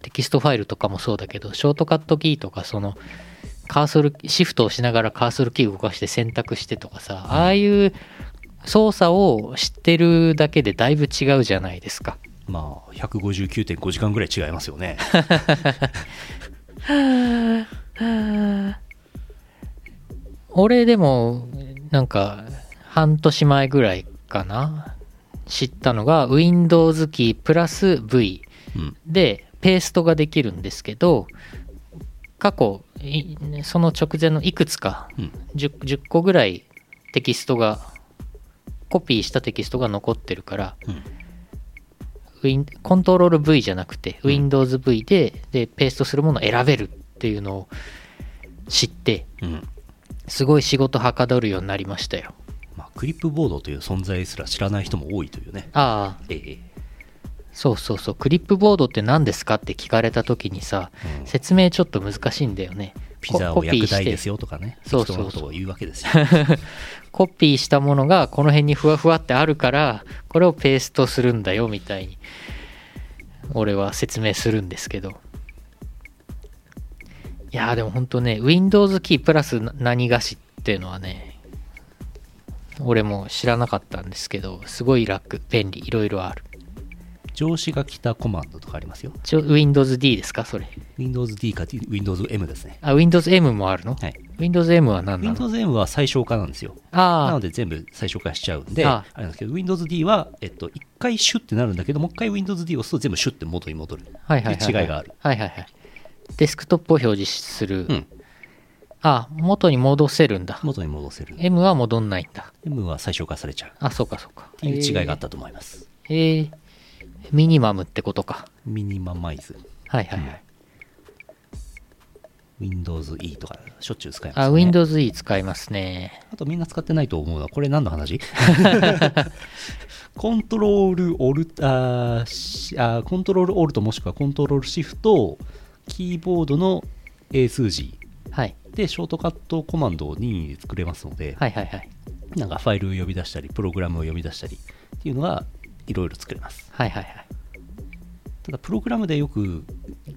テキストファイルとかもそうだけど、ショートカットキーとか、その、カーソル、シフトをしながらカーソルキー動かして選択してとかさ、ああいう操作を知ってるだけでだいぶ違うじゃないですか。うん、まあ、159.5時間ぐらい違いますよ ね。俺でも、なんか、半年前ぐらいかな、知ったのが、Windows キープラス V。うん。でペーストができるんですけど過去いその直前のいくつかうん。 10, 10個ぐらいテキストがコピーしたテキストが残ってるから、うんウィンコントロール V じゃなくて WindowsV で,、でペーストするものを選べるっていうのを知ってうん。すごい仕事はかどるようになりましたよまあ、クリップボードという存在すら知らない人も多いというね。ああええ。そうそうそうクリップボードって何ですかって聞かれた時にさ、うん説明ちょっと難しいんだよねピザコをコピー薬して剤ですよとかね。そう適そうそう当なことを言うわけですよ。コピーしたものがこの辺にふわふわってあるからこれをペーストするんだよみたいに俺は説明するんですけどいやーでもほんとね Windows キープラスな何菓子っていうのはね俺も知らなかったんですけどすごい楽便利いろいろある上司が来たコマンドとかありますよ。ちょ WindowsD ですかそれ Windows D か Windows M ですね。あ WindowsM もあるの、はい。 WindowsM は何なの Windows M は最小化なんですよ。なあので全部最小化しちゃうんで、ああれなんですけど、Windows D は、えっと、一回シュッてなるんだけど、もう一回 Windows D を押すと全部シュッて元に戻る。あはいはいはい、は違いがある。はいはいはいデスクトップを表示する、うん。あ、元に戻せるんだ。元に戻せる。 M は戻んないんだ。 M は最小化されちゃう。あ、そうかそうか。っていう違いがあったと思います。えー。えーミニマムってことか。ミニママイズ。はいはいはい。 Windows E とか、しょっちゅう使います、ね。あ、Windows E 使いますね。あとみんな使ってないと思うのは、これ何の話コントロール、オル、あーしあーコントロールオルトもしくはコントロールシフト、キーボードの英数字はい。で、ショートカットコマンドを任意で作れますので、はいはいはい。なんかファイルを呼び出したり、プログラムを呼び出したりっていうのが、いろいろ作れます。はいはいはい。ただ、プログラムでよく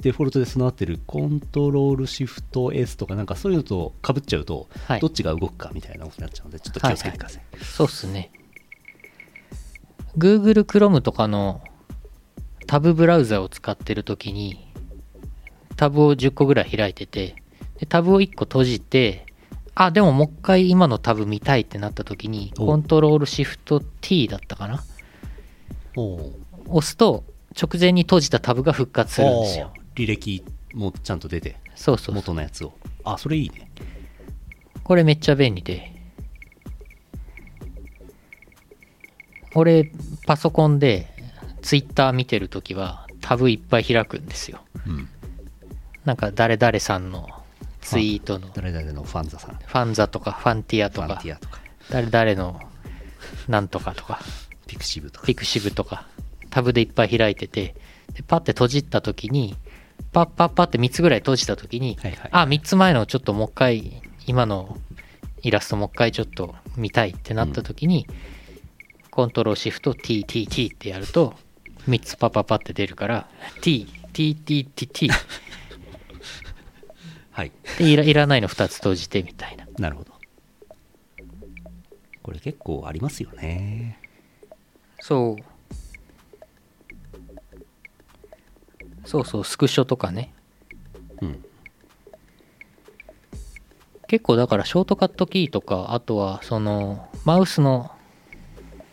デフォルトで備わってるコントロールシフト S とかなんかそういうのと被っちゃうと、はいどっちが動くかみたいなことになっちゃうので、ちょっと気をつけてください。そうっすね。Google Chrome とかのタブブラウザを使ってる時に、タブを10個ぐらい開いてて、でタブを1個閉じて、あ、でももう一回今のタブ見たいってなった時に、おコントロールシフト T だったかなおー押すと、直前に閉じたタブが復活するんですよ。あー履歴もちゃんと出てそうそうそう元のやつをあそれいいねこれめっちゃ便利で。俺、パソコンで、ツイッター見てるときは、タブいっぱい開くんですよ。うんなんか、誰々さんのツイートの、フ誰々のファンザさんファンザとか、ファンティアとァかンテ、ィアとか誰々の、なんとかとか、ピクシブとかピクシブとか、タブでいっぱい開いてて、でパッて閉じたときに、パッパッパって3つぐらい閉じたときに、はいはいあ、3つ前のちょっともう一回、今のイラストもう一回ちょっと見たいってなったときに、コントロールシフト TTT ってやると、3つパッパッパって出るから、T、TTTT はいでいらいらないの2つ閉じてみたいな。なるほどこれ結構ありますよねそう。そうそう、スクショとかね。うん結構だからショートカットキーとかあとはそのマウスの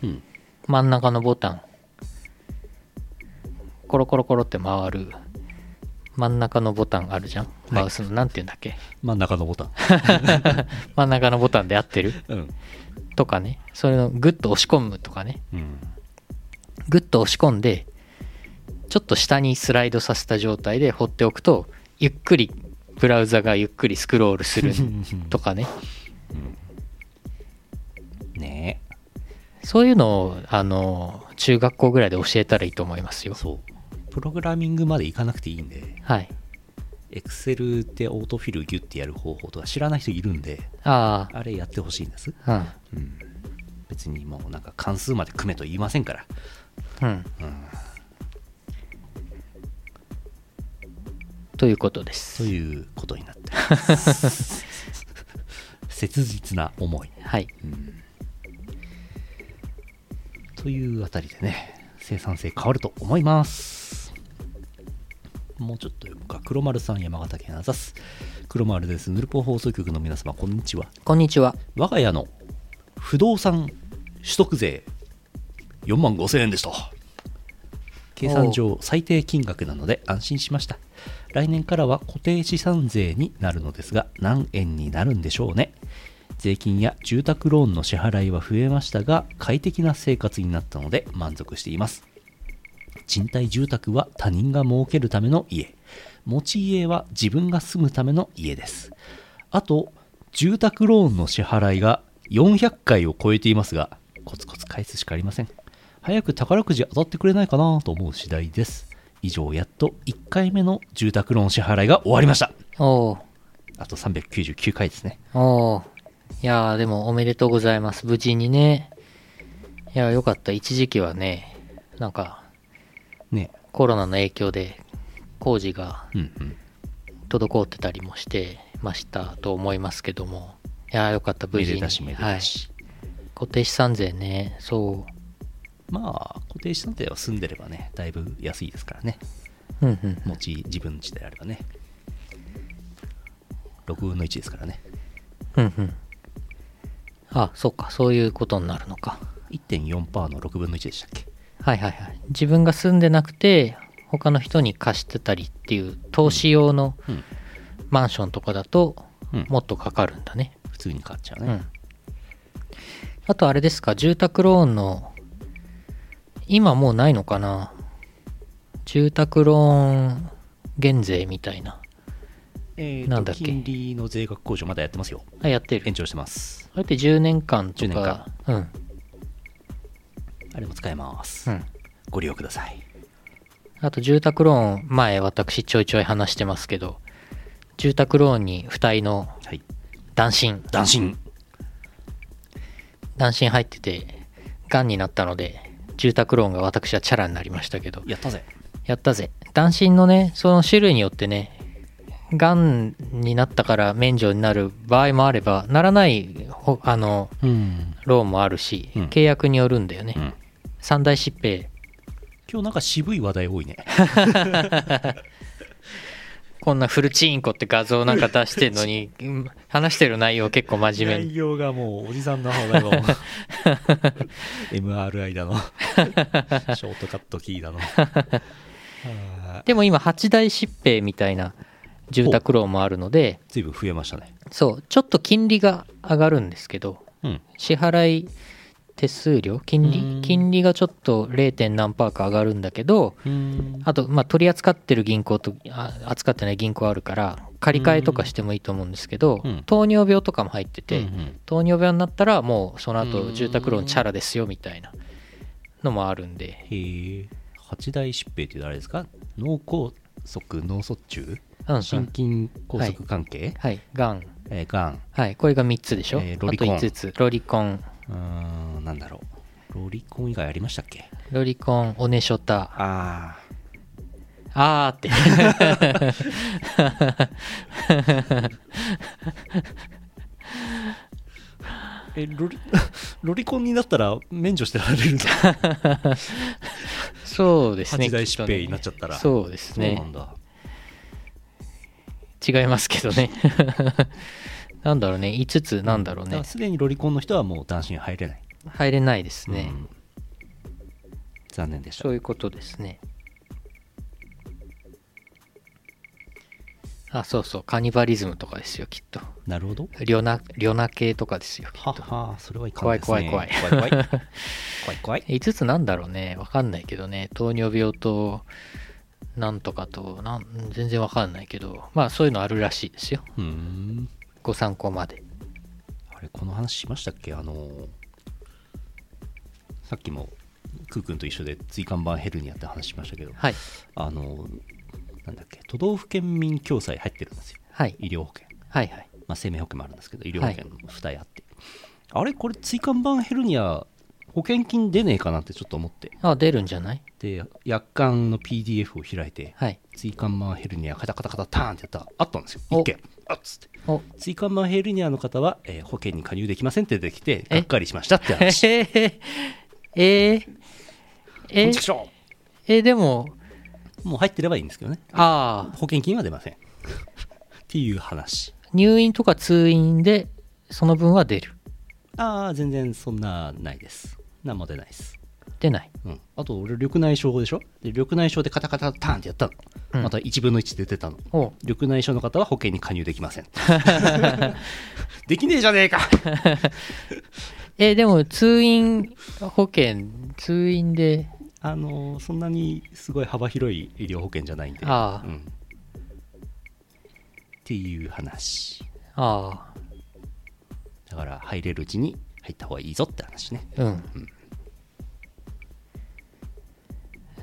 うん真ん中のボタンコロコロコロって回る真ん中のボタンあるじゃんマウスのなんて言うんだっけ真ん中のボタン真ん中のボタンで合ってるうん、とかねそれのグッと押し込むとかねうん、グッと押し込んでちょっと下にスライドさせた状態で放っておくとゆっくりブラウザがゆっくりスクロールするとかねねえそういうのをあの中学校ぐらいで教えたらいいと思いますよそうプログラミングまでいかなくていいんではいエクセルでオートフィルギュッてやる方法とか知らない人いるんでああれやってほしいんですあ別にもうなんか関数まで組めと言いませんかうらんうんということですということになってます 切実な思いはいというあたりでね生産性変わると思いますもうちょっと読むか黒丸さん山形県あざす黒丸ですヌルポ放送局の皆様こんにちはこんにちは我が家の不動産取得税4万5千円でした計算上最低金額なので安心しました来年からは固定資産税になるのですが何円になるんでしょうね税金や住宅ローンの支払いは増えましたが快適な生活になったので満足しています賃貸住宅は他人が儲けるための家持ち家は自分が住むための家ですあと住宅ローンの支払いが400回を超えていますがコツコツ返すしかありません早く宝くじ当たってくれないかなと思う次第です以上やっと1回目の住宅ローン支払いが終わりましたおうあと399回ですねおういやーでもおめでとうございます無事にねいやーよかった一時期はねなんかねコロナの影響で工事がうんうん滞ってたりもしてましたと思いますけどもいやーよかった無め事でにたしめでたし、はい、固定資産税ねそうまあ固定資産税は住んでればねだいぶ安いですからねうんうん持ち自分自であればね6分の1ですからねうんうんあそうかそういうことになるのか1.4%の6分の1でしたっけはいはいはい自分が住んでなくて他の人に貸してたりっていう投資用のうんうんマンションとかだとうんもっとかかるんだね普通に買っちゃううね、んあとあれですか住宅ローンの今もうないのかな住宅ローン減税みたいなえーとなんだっけ金利の税額控除まだやってますよあやってる延長してますあれって10年間と10年か間うんあれも使えます、うんご利用くださいあと住宅ローン、前私ちょいちょい話してますけど、住宅ローンに付帯のはい断信、断信断信入ってて、癌になったので、住宅ローンが私はチャラになりましたけど、やったぜやったぜ。断信のね、その種類によってね、癌になったから免除になる場合もあれば、ならないほ、あの、うんローンもあるし、うん契約によるんだよね。うん三大疾病今日なんか渋い話題多いねこんなフルチンコって画像なんか出してんの に、うん話してる内容結構真面目内に。容がもうおじさんの話題 が MRI だのショートカットキーだのあーでも今、八大疾病みたいな住宅ローンもあるので、随分増えましたねそう、ちょっと金利が上がるんですけど、うん支払い手数料金うん利金利がちょっと 0. 点何パーか上がるんだけど、あと、まあ、取り扱ってる銀行とあ扱ってない銀行あるから借り換えとかしてもいいと思うんですけど、うん糖尿病とかも入ってて、うんうん糖尿病になったらもうそのう後ん住宅ローンチャラですよみたいなのもあるんで、へえ八大疾病って誰ですか脳梗塞脳卒中うんうん心筋梗塞関係、はいがんえーがんはいこれが3つでしょ、えーロリコンあと5つロリコンうーんなんだろうロリコン以外ありましたっけロリコンおねしょたああーって。あえロリ ロリコンになったら免除してられるんだそうですね。八大きと疾ね病になっちゃったらそうですそうなね。んだ違いますけどね。 なんだろうね。5つ、なんだろうだかねら。すでにロリコンの人はもう男子に入れない、入れないですねう。ん残念でしたそういうことですね。あ、そうそう。カニバリズムとかですよ、きっと。なるほどリョナ、リョナ系とかですよ、きっはと。はそれはいかんですね怖い怖い 怖い怖い怖い怖い5つなんだろうね。わかんないけどね。糖尿病と、なんとかと、なん全然わかんないけど。まあ、そういうのあるらしいですよ。うーんご参考まで。あれこの話しましたっけあのーさっきもくーくんと一緒で椎間板ヘルニアって話しましたけどはい。あのーなんだっけ都道府県民共済入ってるんですよはい。医療保険、はいはい。まあ、生命保険もあるんですけど医療保険の2人あって、あれこれ椎間板ヘルニア保険金出ねえかなってちょっと思ってあ、出るんじゃないで薬缶の PDF を開いてはい。椎間板ヘルニアカタカタカタターンってやったらあったんですよお一件あっつってお、椎間板ヘルニアの方は、えー保険に加入できませんって出てきてえがっかりしましたってえ話ー、えー、えこんちくしー、ょえー、でも、うもう入ってればいいんですけどねああ、保険金は出ませんっていう話入院とか通院で、その分は出る。ああ全然そんなないです何も出ないです出ない。うん、あと俺緑内障でしょで緑内障でカタカタターンってやったの、うんまた1分の1で出たのお緑内障の方は保険に加入で きませんできねえじゃねえかえー、でも、通院保険、通院で、あのそんなにすごい幅広い医療保険じゃないんでああうん、っていう話ああ、だから入れるうちに入った方がいいぞって話ねうん。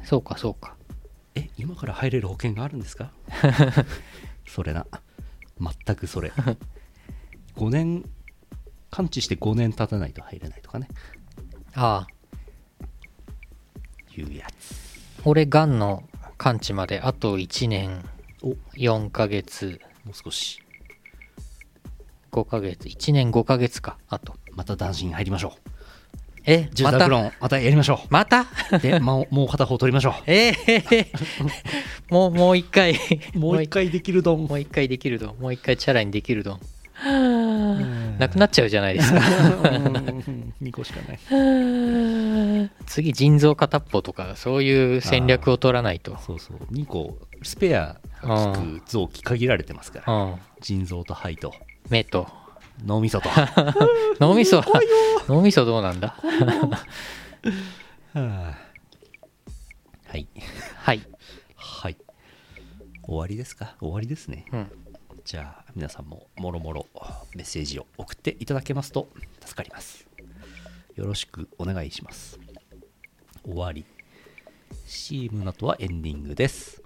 そうか、そうか。え今から入れる保険があるんで すかそれな全くそれ5年完治して5年経たないと入れないとかねああ、いうやつ俺、がんの完治まであと1年おも4ヶ月、う少し5ヶ月、1年5ヶ月か、あと。また男子に入りましょえう、住ま宅ローたンまたやりましょまたうでもうもう片方取りましょええもう、もう一回。う もう一。回できるどんもう一回できるどん。もう一回チャラにできるどん。なくなっちゃうじゃないです か。 2個しかない次、腎臓片っぽとか、そういう戦略を取らないと。そうそう2個スペアが効く臓器限られてますかうらん。腎臓と肺と目と。脳みそ と脳みそは、脳みそどうなんだはいはい。はい終わりですか終わりですねうん。じゃあ皆さんももろもろメッセージを送っていただけますと助かりますよろしくお願いします終わり CM の後はエンディングです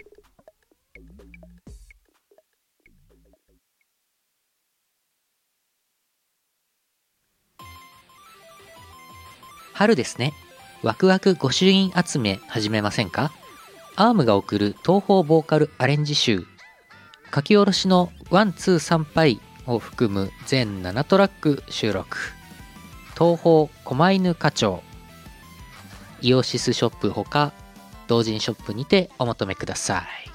春ですね。ワクワク御朱印集め始めませんかアームが送る東方ボーカルアレンジ集。書き下ろしのワン、ツー、サンパイを含む全7トラック収録。東方狛犬課長。イオシスショップほか、同人ショップにてお求めください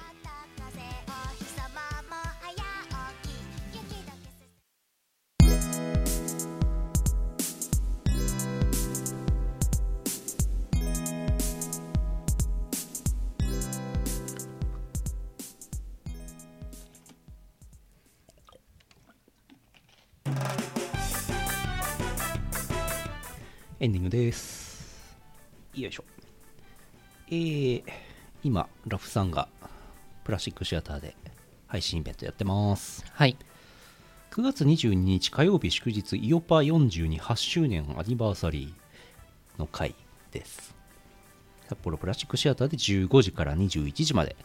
エンディングです。よいしょ。えー、今、ラフさんがプラスチックシアターで配信イベントやってます。はい9月22日火曜日祝日、イオパ428周年アニバーサリーの会です。札幌プラスチックシアターで15時から21時まで。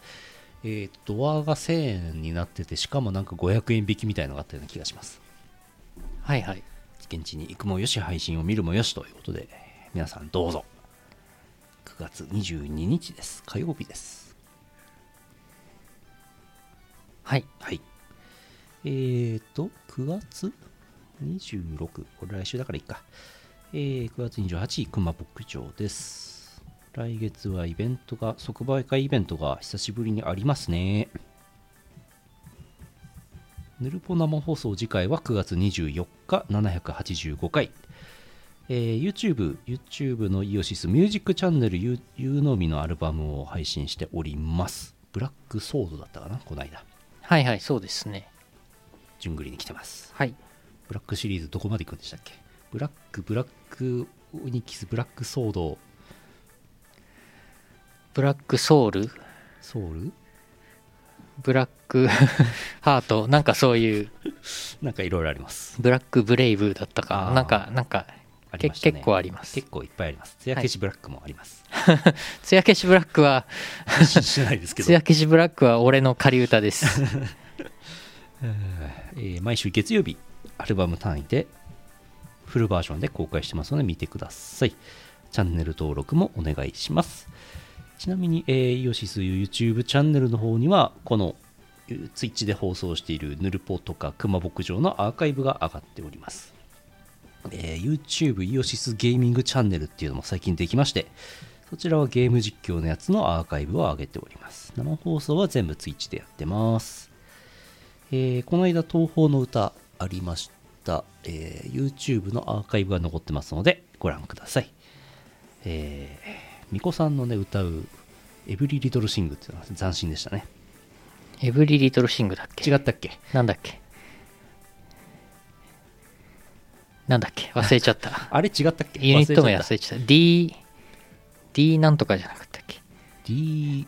えー、ドアが1000円になってて、しかもなんか500円引きみたいのがあったような気がします。はいはい現地に行くもよし配信を見るもよしということで皆さんどうぞ9月22日です火曜日ですはいはいえーと9月26これ来週だからいいか、えー、9月28日熊牧場です来月はイベントが即売会イベントが久しぶりにありますねぬるぽ生放送次回は9月24日785回、えー YouTube、YouTube のイオシスミュージックチャンネルゆゆうのみのアルバムを配信しております。ブラックソードだったかなこの間。はいはいそうですねじゅんぐりに来てます。はいブラックシリーズどこまで行くんでしたっけブラック、ブラック、オニキス、ブラックソード、ブラックソウルソウルブラック ハートなんかそういうなんかいろいろあります。ブラックブレイブだったかあーなんかなんかありけましたね結構あります結構いっぱいあります。つや消しブラックもあ ります。つや消しブラックはししないですけどつ。や消しブラックは俺の仮歌です えー毎週月曜日アルバム単位でフルバージョンで公開してますので見てくださいチャンネル登録もお願いしますちなみに、えーイオシス YouTube チャンネルの方にはこの Twitch で放送しているぬるぽとか熊牧場のアーカイブが上がっております、えー YouTube イオシスゲーミングチャンネルっていうのも最近できましてそちらはゲーム実況のやつのアーカイブを上げております生放送は全部 Twitch でやってますえーこの間東宝の歌ありました、えー YouTube のアーカイブが残ってますのでご覧くださいえー、巫女さんのね歌う「エブリ・リトル・シング」っていうのは斬新でしたねエブリリトルシングだっけ違ったっけなんだっけなんだっけ忘れちゃ ったあれ違ったっけユニット名忘忘れれちゃった D D なんとかじゃなかったっけた D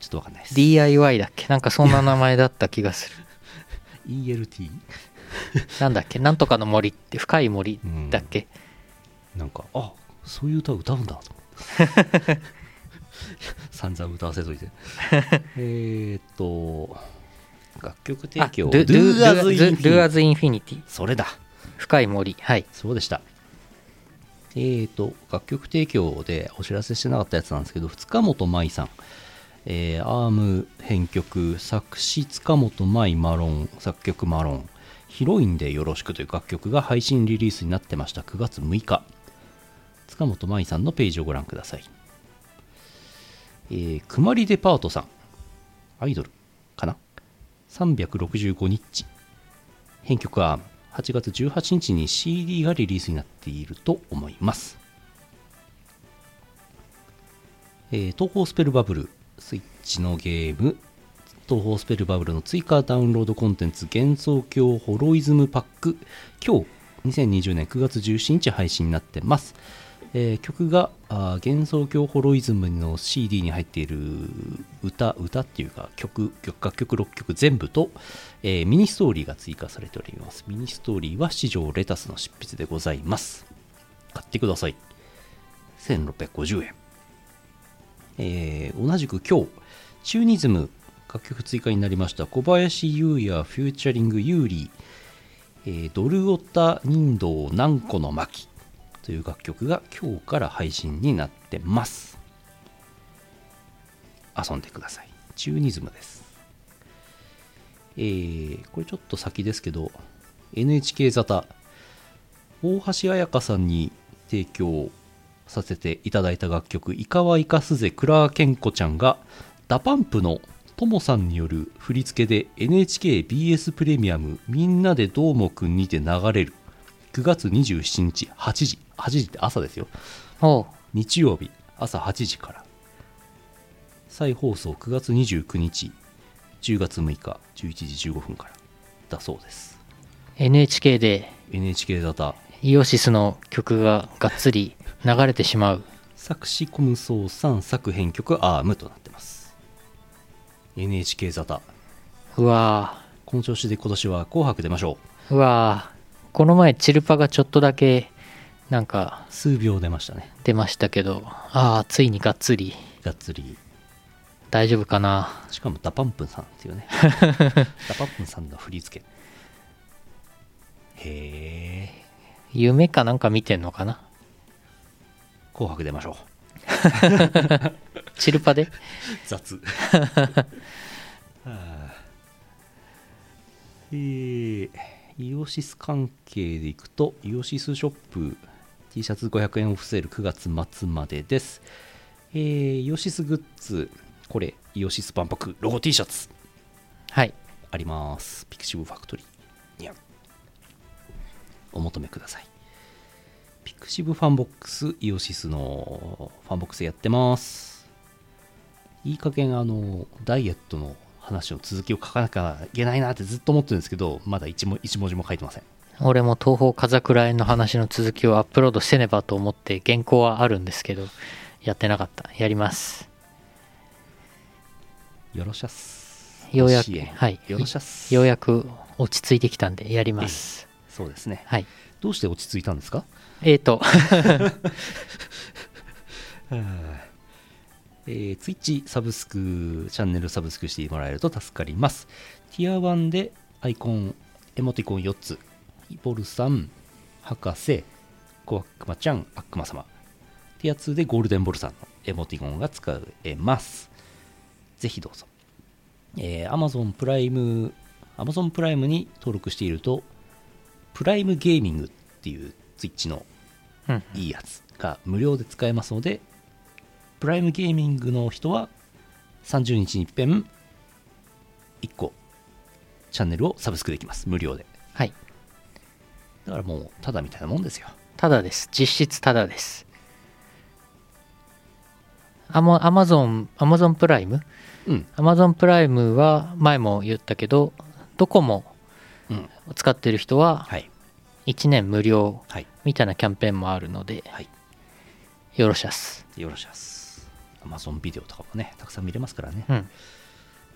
ちょっとわかんないです DIY だっけなんかそんな名前だった気がする ELT? なんだっけなんとかの森って深い森だっけ、なんかあそういう歌歌うんだと思って散々歌わせといてえーっと楽曲提あ供ドゥドゥ Do as ドゥ Infinite Do As Infinity それだ深い森はいそうでしたえーと楽曲提供でお知らせしてなかったやつなんですけど塚本舞さん、えーアーム編曲作詞塚本舞マロン作曲マロンヒロインでよろしくという楽曲が配信リリースになってました9月6日塚本舞さんのページをご覧くださいえーくまりデパートさんアイドルかな365日編曲は8月18日に CD がリリースになっていると思います、えー東宝スペルバブルスイッチのゲーム東宝スペルバブルの追加ダウンロードコンテンツ幻想郷ホロイズムパック今日2020年9月17日配信になってます、えー曲があー幻想郷ホロイズムの CD に入っている歌歌っていうか曲曲楽曲6曲全部と、えーミニストーリーが追加されておりますミニストーリーは四条レタスの執筆でございます買ってください1650円えー同じく今日チューニズム楽曲追加になりました小林優也フューチャリングユーリー、えードルオタ人道南湖の巻という楽曲が今日から配信になってます遊んでくださいチューニズムですえーこれちょっと先ですけど NHK 沙汰大橋彩香さんに提供させていただいた楽曲「イカはイカすぜクラーケンコちゃん」がダパンプのトモさんによる振り付けで NHKBS プレミアム「みんなでどーもくん」にて流れる9月27日8時8時って朝ですよおう日曜日朝8時から再放送9月29日10月6日11時15分からだそうです NHK で NHK 型イオシスの曲ががっつり流れてしまう作詞コムソーさん作編曲アームとなってます NHK 沙汰うわこの調子で今年は「紅白」出ましょーうわーこの前チルパがちょっとだけなんかう数秒出ましたね出ましたけどああついにがっつりがっつり大丈夫かなしかもダパンプンさんっていうねダパンプンさんの振り付けへえ夢かなんか見てんのかな紅白出ましょチルパでう 雑はあえーイオシス関係でいくとイオシスショップ T シャツ500円オフセール9月末までですえーイオシスグッズこれイオシス万博ロゴ T シャツはいありますピクシブファクトリーにゃんお求めくださいピクシブファンボックスイオシスのファンボックスやってますいい加減あのダイエットの話の続きを書かなきゃいけないなってずっと思ってるんですけどまだ一文一文字も書いてません俺も東方風倉園の話の続きをアップロードせねばと思って原稿はあるんですけどやってなかったやりますよろしゃっすようやく支援はいよろしゃっすようやく落ち着いてきたんでやりますそうですねはいどうして落ち着いたんですかえーとえー、Twitch サブスク、チャンネルサブスクしてもらえると助かります。ティア1でアイコン、エモティコン4つ、イボルさん、博士、コアクマちゃん、悪魔様。ティア2でゴールデンボルさんのエモティコンが使えます。ぜひどうぞ。えー、Amazon プライム、Amazon プライムに登録していると、プライムゲーミングっていう Twitch のうんいいやつが無料で使えますので、プライムゲーミングの人は30日に一遍1個チャンネルをサブスクできます。無料で。はいだからもうただみたいなもんですよ。ただです実質ただですアマアマゾンアマゾンプライムうん。アマゾンプライムは前も言ったけどドコモうん。を使ってる人ははい。 1年無料はい。みたいなキャンペーンもあるので、はいよろしゃっすよろしくです。Amazon ビデオとかもね、たくさん見れますからね。うん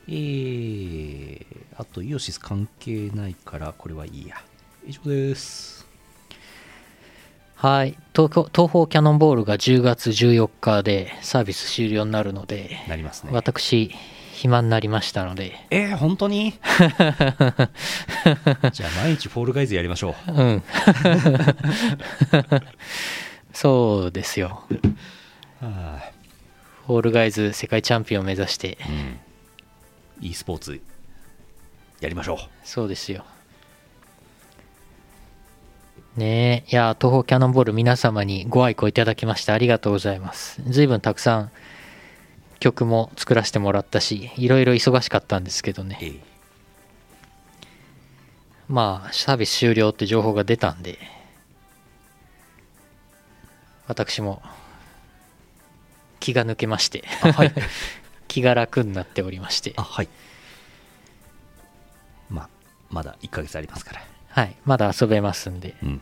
えー、あと、イオシス関係ないから、これはいいや。以上です。はい東京東方キャノンボールが10月14日でサービス終了になるので、なりますね。私暇になりましたのでえー、本当 にじゃあ、毎日フォールガイズやりましょう。うんそうですよはフォールガイズ世界チャンピオンを目指してい、うん。e スポーツ、やりましょう。そうですよねえいや東方キャノンボール皆様にご愛顧いただきましてありがとうございます随分たくさん曲も作らせてもらったしいろいろ忙しかったんですけどえねーまあサービス終了って情報が出たんで私も気が抜けまして、 気が楽になっておりましてあ、はい。まあ、まだ1ヶ月ありますから。はいまだ遊べますんでうん。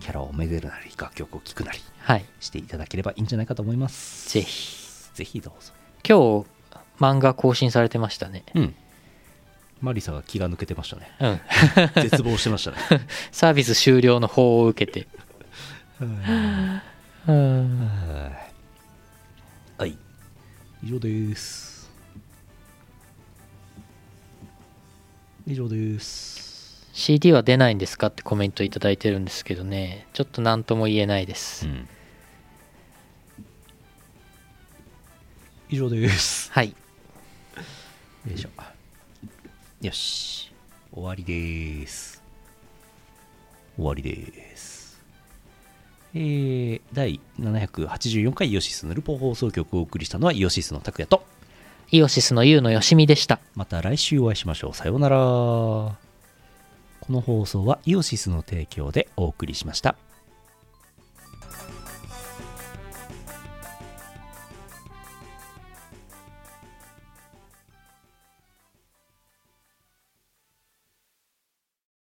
キャラをめでるなり、楽曲を聴くなり。はいしていただければいいんじゃないかと思います。ぜひぜひどうぞ。今日漫画更新されてましたねうん。マリサが気が抜けてました ね。うん絶望してましたね。 サービス終了の方を受けてうん はい。以上です。以上です。 CD は出ないんですかってコメントいただいてるんですけどねちょっと何とも言えないです、ん。以上です。はいよいしょ。よし。終わりです。終わりです。えー第784回イオシスヌルポ放送局をお送りしたのはイオシスの拓也とイオシスの U のよしみでしたまた来週お会いしましょうさようならこの放送はイオシスの提供でお送りしました